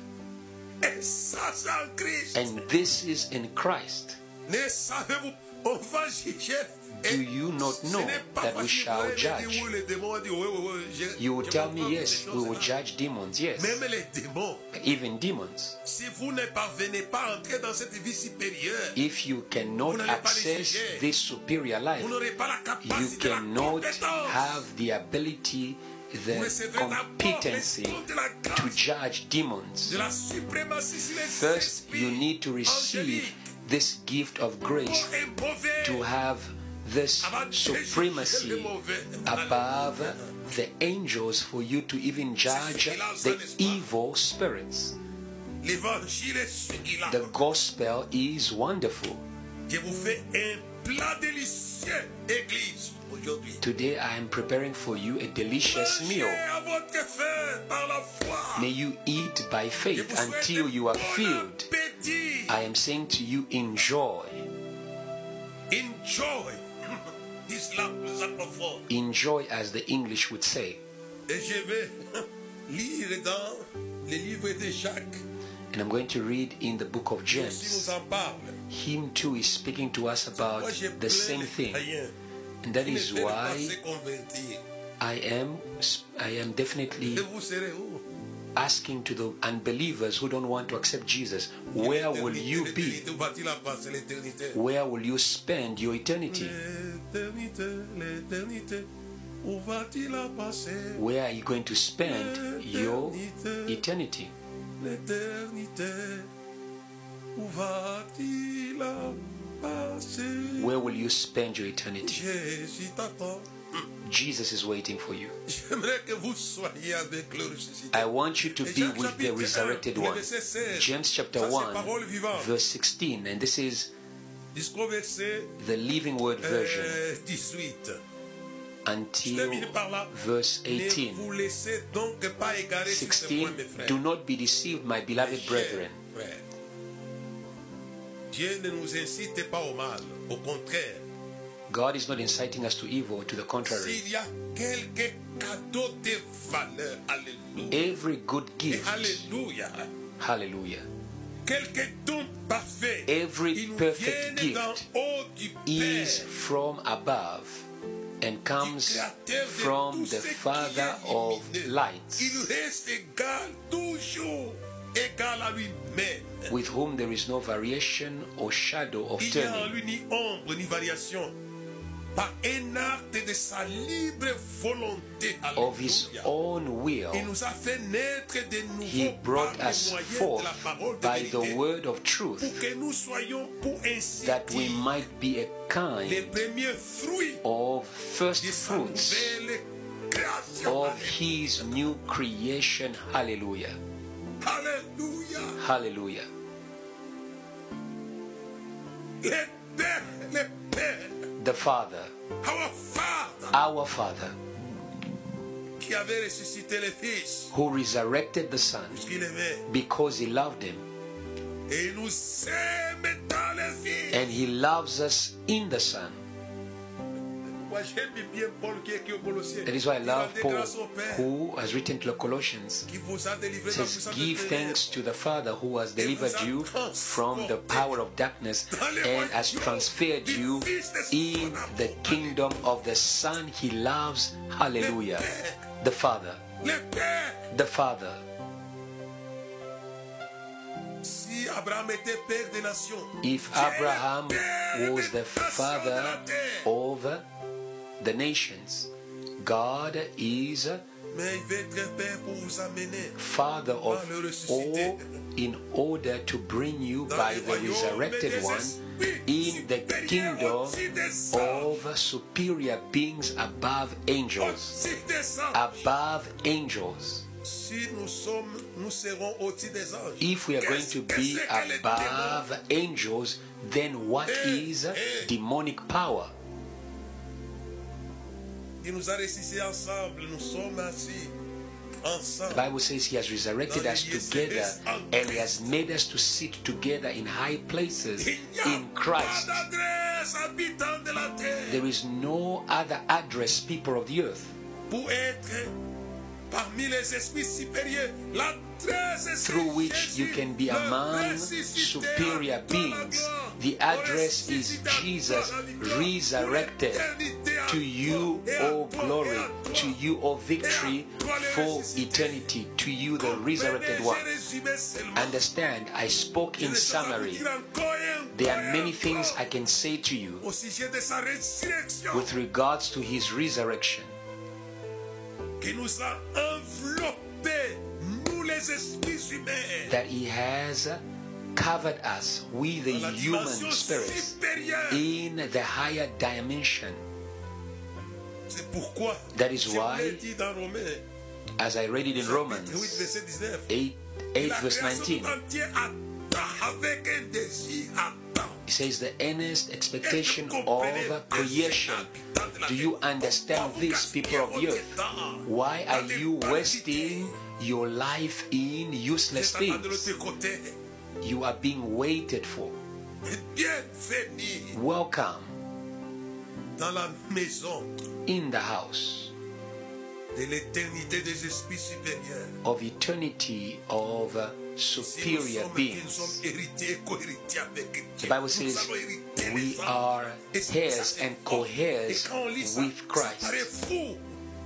Speaker 2: Et ça, c'est en Christ.
Speaker 1: And this is in Christ.
Speaker 2: Ne savez-vous on va juger. Et
Speaker 1: Do you not
Speaker 2: ce
Speaker 1: know
Speaker 2: n'est pas
Speaker 1: that
Speaker 2: facile,
Speaker 1: we shall
Speaker 2: vous allez me dire,
Speaker 1: judge?
Speaker 2: oui, les démons, on dit, oui, oui, oui, je-
Speaker 1: You will
Speaker 2: je
Speaker 1: tell
Speaker 2: comprends
Speaker 1: me,
Speaker 2: ces
Speaker 1: yes, we
Speaker 2: choses-là.
Speaker 1: will judge demons, yes,
Speaker 2: Même les démons,
Speaker 1: even demons.
Speaker 2: si vous ne parvenez pas à entrer dans cette vie supérieure,
Speaker 1: If you
Speaker 2: Vous
Speaker 1: cannot
Speaker 2: n'allez pas les
Speaker 1: access
Speaker 2: juger.
Speaker 1: this superior life,
Speaker 2: vous n'aurez pas la
Speaker 1: you
Speaker 2: capacité, la
Speaker 1: cannot
Speaker 2: compétence.
Speaker 1: have the ability,
Speaker 2: Vous
Speaker 1: the
Speaker 2: recevrez d'abord les
Speaker 1: competency
Speaker 2: dons de la
Speaker 1: to
Speaker 2: grâce,
Speaker 1: judge demons.
Speaker 2: de la suprématie sur les
Speaker 1: First,
Speaker 2: esprits
Speaker 1: you need to receive
Speaker 2: angéliques
Speaker 1: this gift of grace
Speaker 2: pour éprouver
Speaker 1: to have this
Speaker 2: avant de juger le
Speaker 1: supremacy
Speaker 2: mauvais.
Speaker 1: above the angels for you to even judge the evil spirits.
Speaker 2: L'évangile est celui-là.
Speaker 1: The gospel is wonderful.
Speaker 2: Je vous fais un plat délicieux, Église, aujourd'hui.
Speaker 1: Today I am preparing for you a delicious
Speaker 2: Mangez
Speaker 1: meal.
Speaker 2: à votre faim par la foi.
Speaker 1: May you eat by
Speaker 2: Je
Speaker 1: faith
Speaker 2: vous souhaite
Speaker 1: until you are
Speaker 2: bon
Speaker 1: filled.
Speaker 2: appétit.
Speaker 1: I am saying to you, enjoy.
Speaker 2: Enjoy this lamp, sacrifice.
Speaker 1: Enjoy, as the English would say.
Speaker 2: Et je vais lire dans les livres de Jacques.
Speaker 1: And I'm going to read in the book of
Speaker 2: Jésus nous
Speaker 1: James.
Speaker 2: en parle.
Speaker 1: Him too is speaking to us about
Speaker 2: Moi, j'ai
Speaker 1: the
Speaker 2: plein
Speaker 1: same
Speaker 2: de
Speaker 1: thing.
Speaker 2: païens
Speaker 1: And that
Speaker 2: qui ne
Speaker 1: is
Speaker 2: peuvent pas
Speaker 1: why
Speaker 2: se convertir.
Speaker 1: I am I am definitely
Speaker 2: Et vous serez où
Speaker 1: asking to the unbelievers who don't want to accept Jesus, where will you be?
Speaker 2: L'éternité, Où va-t-il en passer l'éternité
Speaker 1: Where will you spend your eternity?
Speaker 2: L'éternité, l'éternité, où va-t-il à passer
Speaker 1: Where are you going to spend your eternity?
Speaker 2: L'éternité, où va-t-il à passer
Speaker 1: Where will you spend your eternity?
Speaker 2: Jésus t'attend
Speaker 1: Jesus is waiting for you.
Speaker 2: J'aimerais que vous soyez avec le ressuscité.
Speaker 1: I want you to
Speaker 2: Et
Speaker 1: be
Speaker 2: James
Speaker 1: with the
Speaker 2: chapitre
Speaker 1: resurrected
Speaker 2: 1, le
Speaker 1: one.
Speaker 2: verset 16.
Speaker 1: James chapter
Speaker 2: Ça, c'est
Speaker 1: 1,
Speaker 2: parole vivante.
Speaker 1: verse 16, and this is
Speaker 2: Jusqu'au verset
Speaker 1: the Living Word version
Speaker 2: euh, 18. Je
Speaker 1: until
Speaker 2: termine par là.
Speaker 1: verse
Speaker 2: Ne
Speaker 1: 18.
Speaker 2: vous laissez donc pas égarer sur ce point,
Speaker 1: 16
Speaker 2: mes frères.
Speaker 1: Do not be deceived, my
Speaker 2: Mes
Speaker 1: beloved
Speaker 2: chers
Speaker 1: brethren.
Speaker 2: frères, Dieu ne nous incite pas au mal. Au contraire,
Speaker 1: God is not inciting us to evil, to the contrary.
Speaker 2: s'il y a quelques cadeaux de valeur, alléluia.
Speaker 1: Every good
Speaker 2: Et
Speaker 1: gift,
Speaker 2: alléluia.
Speaker 1: hallelujah,
Speaker 2: Quelques dons parfaits.
Speaker 1: Every
Speaker 2: ils nous
Speaker 1: perfect
Speaker 2: viennent d'en
Speaker 1: gift
Speaker 2: haut du
Speaker 1: is
Speaker 2: Père.
Speaker 1: from above and comes from the Father of
Speaker 2: Il
Speaker 1: lights,
Speaker 2: reste égal, toujours égal à lui-même.
Speaker 1: with whom there is no variation or shadow of
Speaker 2: Il n'y a en
Speaker 1: turning.
Speaker 2: lui ni ombre ni variation. Par un acte de sa libre volonté,
Speaker 1: Of his
Speaker 2: Alléluia.
Speaker 1: own will,
Speaker 2: il nous a fait naître de
Speaker 1: he
Speaker 2: nouveau par
Speaker 1: brought
Speaker 2: le
Speaker 1: us
Speaker 2: moyen de
Speaker 1: forth
Speaker 2: la parole de
Speaker 1: by the
Speaker 2: vérité,
Speaker 1: word of
Speaker 2: pour
Speaker 1: truth,
Speaker 2: que nous soyons pour ainsi
Speaker 1: that we
Speaker 2: dire,
Speaker 1: might be a
Speaker 2: les
Speaker 1: kind
Speaker 2: premiers fruits
Speaker 1: of first
Speaker 2: de sa
Speaker 1: fruits
Speaker 2: nouvelle création.
Speaker 1: of his new creation. Hallelujah.
Speaker 2: Alléluia.
Speaker 1: Hallelujah.
Speaker 2: Les pères, les pères,
Speaker 1: The Father,
Speaker 2: our Father
Speaker 1: our Father,
Speaker 2: qui avait ressuscité le Fils,
Speaker 1: who resurrected the Son
Speaker 2: puisqu'il aimait,
Speaker 1: because he loved him,
Speaker 2: et il nous aime dans le Fils.
Speaker 1: and he loves us in the Son.
Speaker 2: Moi, j'aime bien Paul qui est qui est au Colossiens.
Speaker 1: That is why I
Speaker 2: Il
Speaker 1: love
Speaker 2: rendait
Speaker 1: Paul,
Speaker 2: grâce au Père
Speaker 1: who has written to the Colossians,
Speaker 2: qui vous a délivré de la
Speaker 1: says,
Speaker 2: puissance de
Speaker 1: Give
Speaker 2: ténèbres.
Speaker 1: thanks to the Father who has delivered you from the power of darkness and has transferred you in the kingdom of the Son he loves. Hallelujah. The Father,
Speaker 2: Les pères,
Speaker 1: the Father.
Speaker 2: si Abraham était père des nations,
Speaker 1: If
Speaker 2: Dieu est
Speaker 1: Abraham
Speaker 2: père
Speaker 1: was the
Speaker 2: des nations de la
Speaker 1: father
Speaker 2: terre.
Speaker 1: of the nations, God is
Speaker 2: mais il veut être père pour vous amener
Speaker 1: father of all in order to bring you
Speaker 2: dans
Speaker 1: by
Speaker 2: le
Speaker 1: the
Speaker 2: royaume
Speaker 1: resurrected
Speaker 2: des
Speaker 1: one
Speaker 2: esprits
Speaker 1: in the
Speaker 2: supérieurs
Speaker 1: kingdom
Speaker 2: au-dessus des hommes.
Speaker 1: of superior beings above angels.
Speaker 2: Au-dessus des anges.
Speaker 1: Above angels.
Speaker 2: Si nous sommes, nous serons au-dessus des anges.
Speaker 1: If we are going
Speaker 2: Qu'est-ce
Speaker 1: to
Speaker 2: que
Speaker 1: be
Speaker 2: c'est que le
Speaker 1: above angels, then what is demonic power?
Speaker 2: démon? Il nous a ressuscités ensemble, nous sommes assis
Speaker 1: The
Speaker 2: ensemble.
Speaker 1: Bible says he has resurrected us together and he has made us to sit together in high places
Speaker 2: Il n'y a
Speaker 1: in Christ.
Speaker 2: pas d'adresse, habitants de la terre,
Speaker 1: There is no other address, people of the earth.
Speaker 2: pour être parmi les esprits supérieurs. L'adresse est
Speaker 1: through which you can be among superior beings. The address is Jesus resurrected. To you, O glory, to you, O victory for eternity, to you, the resurrected one. Understand, I spoke in summary. There are many things I can say to you
Speaker 2: au sujet de sa résurrection
Speaker 1: with regards to his resurrection
Speaker 2: qui nous a enveloppés, nous les esprits humains,
Speaker 1: that he has covered us, we, the
Speaker 2: dans la
Speaker 1: human
Speaker 2: dimension
Speaker 1: spirits,
Speaker 2: supérieure.
Speaker 1: in the higher dimension.
Speaker 2: C'est pourquoi,
Speaker 1: That is
Speaker 2: je vous l'ai
Speaker 1: why-
Speaker 2: dit dans Romains,
Speaker 1: As I read it in
Speaker 2: chapitre 8,
Speaker 1: Romans
Speaker 2: verset 19,
Speaker 1: 8, 8
Speaker 2: la
Speaker 1: verse
Speaker 2: création
Speaker 1: 19.
Speaker 2: tout entière attend avec un désir attend.
Speaker 1: He says the earnest
Speaker 2: Est-ce que
Speaker 1: expectation
Speaker 2: vous comprenez
Speaker 1: of
Speaker 2: que c'est
Speaker 1: creation.
Speaker 2: habitant de
Speaker 1: Do
Speaker 2: la terre?
Speaker 1: you understand
Speaker 2: Pourquoi vous
Speaker 1: this,
Speaker 2: gaspillez
Speaker 1: people of the
Speaker 2: votre
Speaker 1: earth?
Speaker 2: temps
Speaker 1: Why
Speaker 2: dans
Speaker 1: are
Speaker 2: des
Speaker 1: you
Speaker 2: banalités?
Speaker 1: wasting your life in
Speaker 2: Vous êtes
Speaker 1: useless
Speaker 2: en train de l'autre
Speaker 1: things?
Speaker 2: côté.
Speaker 1: You are being waited for.
Speaker 2: Bienvenue
Speaker 1: Welcome
Speaker 2: dans la maison
Speaker 1: in the house
Speaker 2: de l'éternité des esprits supérieurs.
Speaker 1: of eternity of uh,
Speaker 2: Si nous
Speaker 1: superior
Speaker 2: sommes, nous
Speaker 1: beings.
Speaker 2: sommes héritiers, co-héritiers avec Dieu.
Speaker 1: The Bible
Speaker 2: Nous
Speaker 1: says
Speaker 2: allons hériter les
Speaker 1: we
Speaker 2: anges.
Speaker 1: are
Speaker 2: Et ça, ça
Speaker 1: heirs
Speaker 2: fait
Speaker 1: and
Speaker 2: fort. Et
Speaker 1: co-heirs
Speaker 2: quand on lit ça,
Speaker 1: with
Speaker 2: ça
Speaker 1: Christ.
Speaker 2: paraît fou.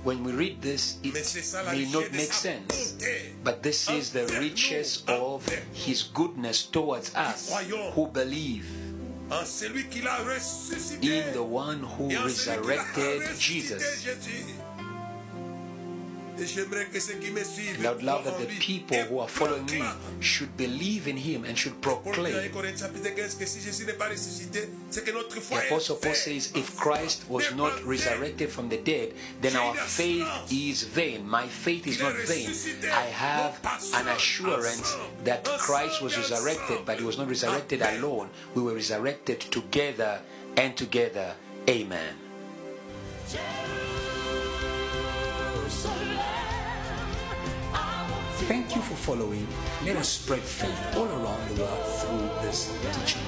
Speaker 1: When we read this, it
Speaker 2: Mais c'est ça la
Speaker 1: may
Speaker 2: richesse Ah,
Speaker 1: not
Speaker 2: de
Speaker 1: make
Speaker 2: sa
Speaker 1: sense.
Speaker 2: bonté.
Speaker 1: But this is the
Speaker 2: Envers nous,
Speaker 1: riches of
Speaker 2: envers
Speaker 1: His goodness towards us
Speaker 2: Ah, Croyons.
Speaker 1: who believe
Speaker 2: En celui qui l'a ressuscité.
Speaker 1: in the one who
Speaker 2: et en celui qui l'a
Speaker 1: resurrected
Speaker 2: ressuscité,
Speaker 1: Jesus.
Speaker 2: Jésus. Et j'aimerais que ceux qui me suivent
Speaker 1: And I would love
Speaker 2: croient
Speaker 1: that
Speaker 2: en
Speaker 1: the
Speaker 2: lui
Speaker 1: people
Speaker 2: et
Speaker 1: who are following me
Speaker 2: proclament.
Speaker 1: should believe in him and should
Speaker 2: Paul dit dans
Speaker 1: proclaim.
Speaker 2: 1 Corinthiens chapitre 15 que si Jésus n'est pas ressuscité, c'est que notre foi
Speaker 1: The
Speaker 2: est
Speaker 1: Apostle Paul
Speaker 2: vaine.
Speaker 1: says, If Christ was
Speaker 2: N'est pas
Speaker 1: not
Speaker 2: vaine.
Speaker 1: resurrected from the dead, then our faith is vain. My faith is not vain. I have an assurance that Christ was resurrected, but he was not resurrected alone. We were resurrected together and together. Amen. Thank you for following. Let us spread faith all around the world through this teaching.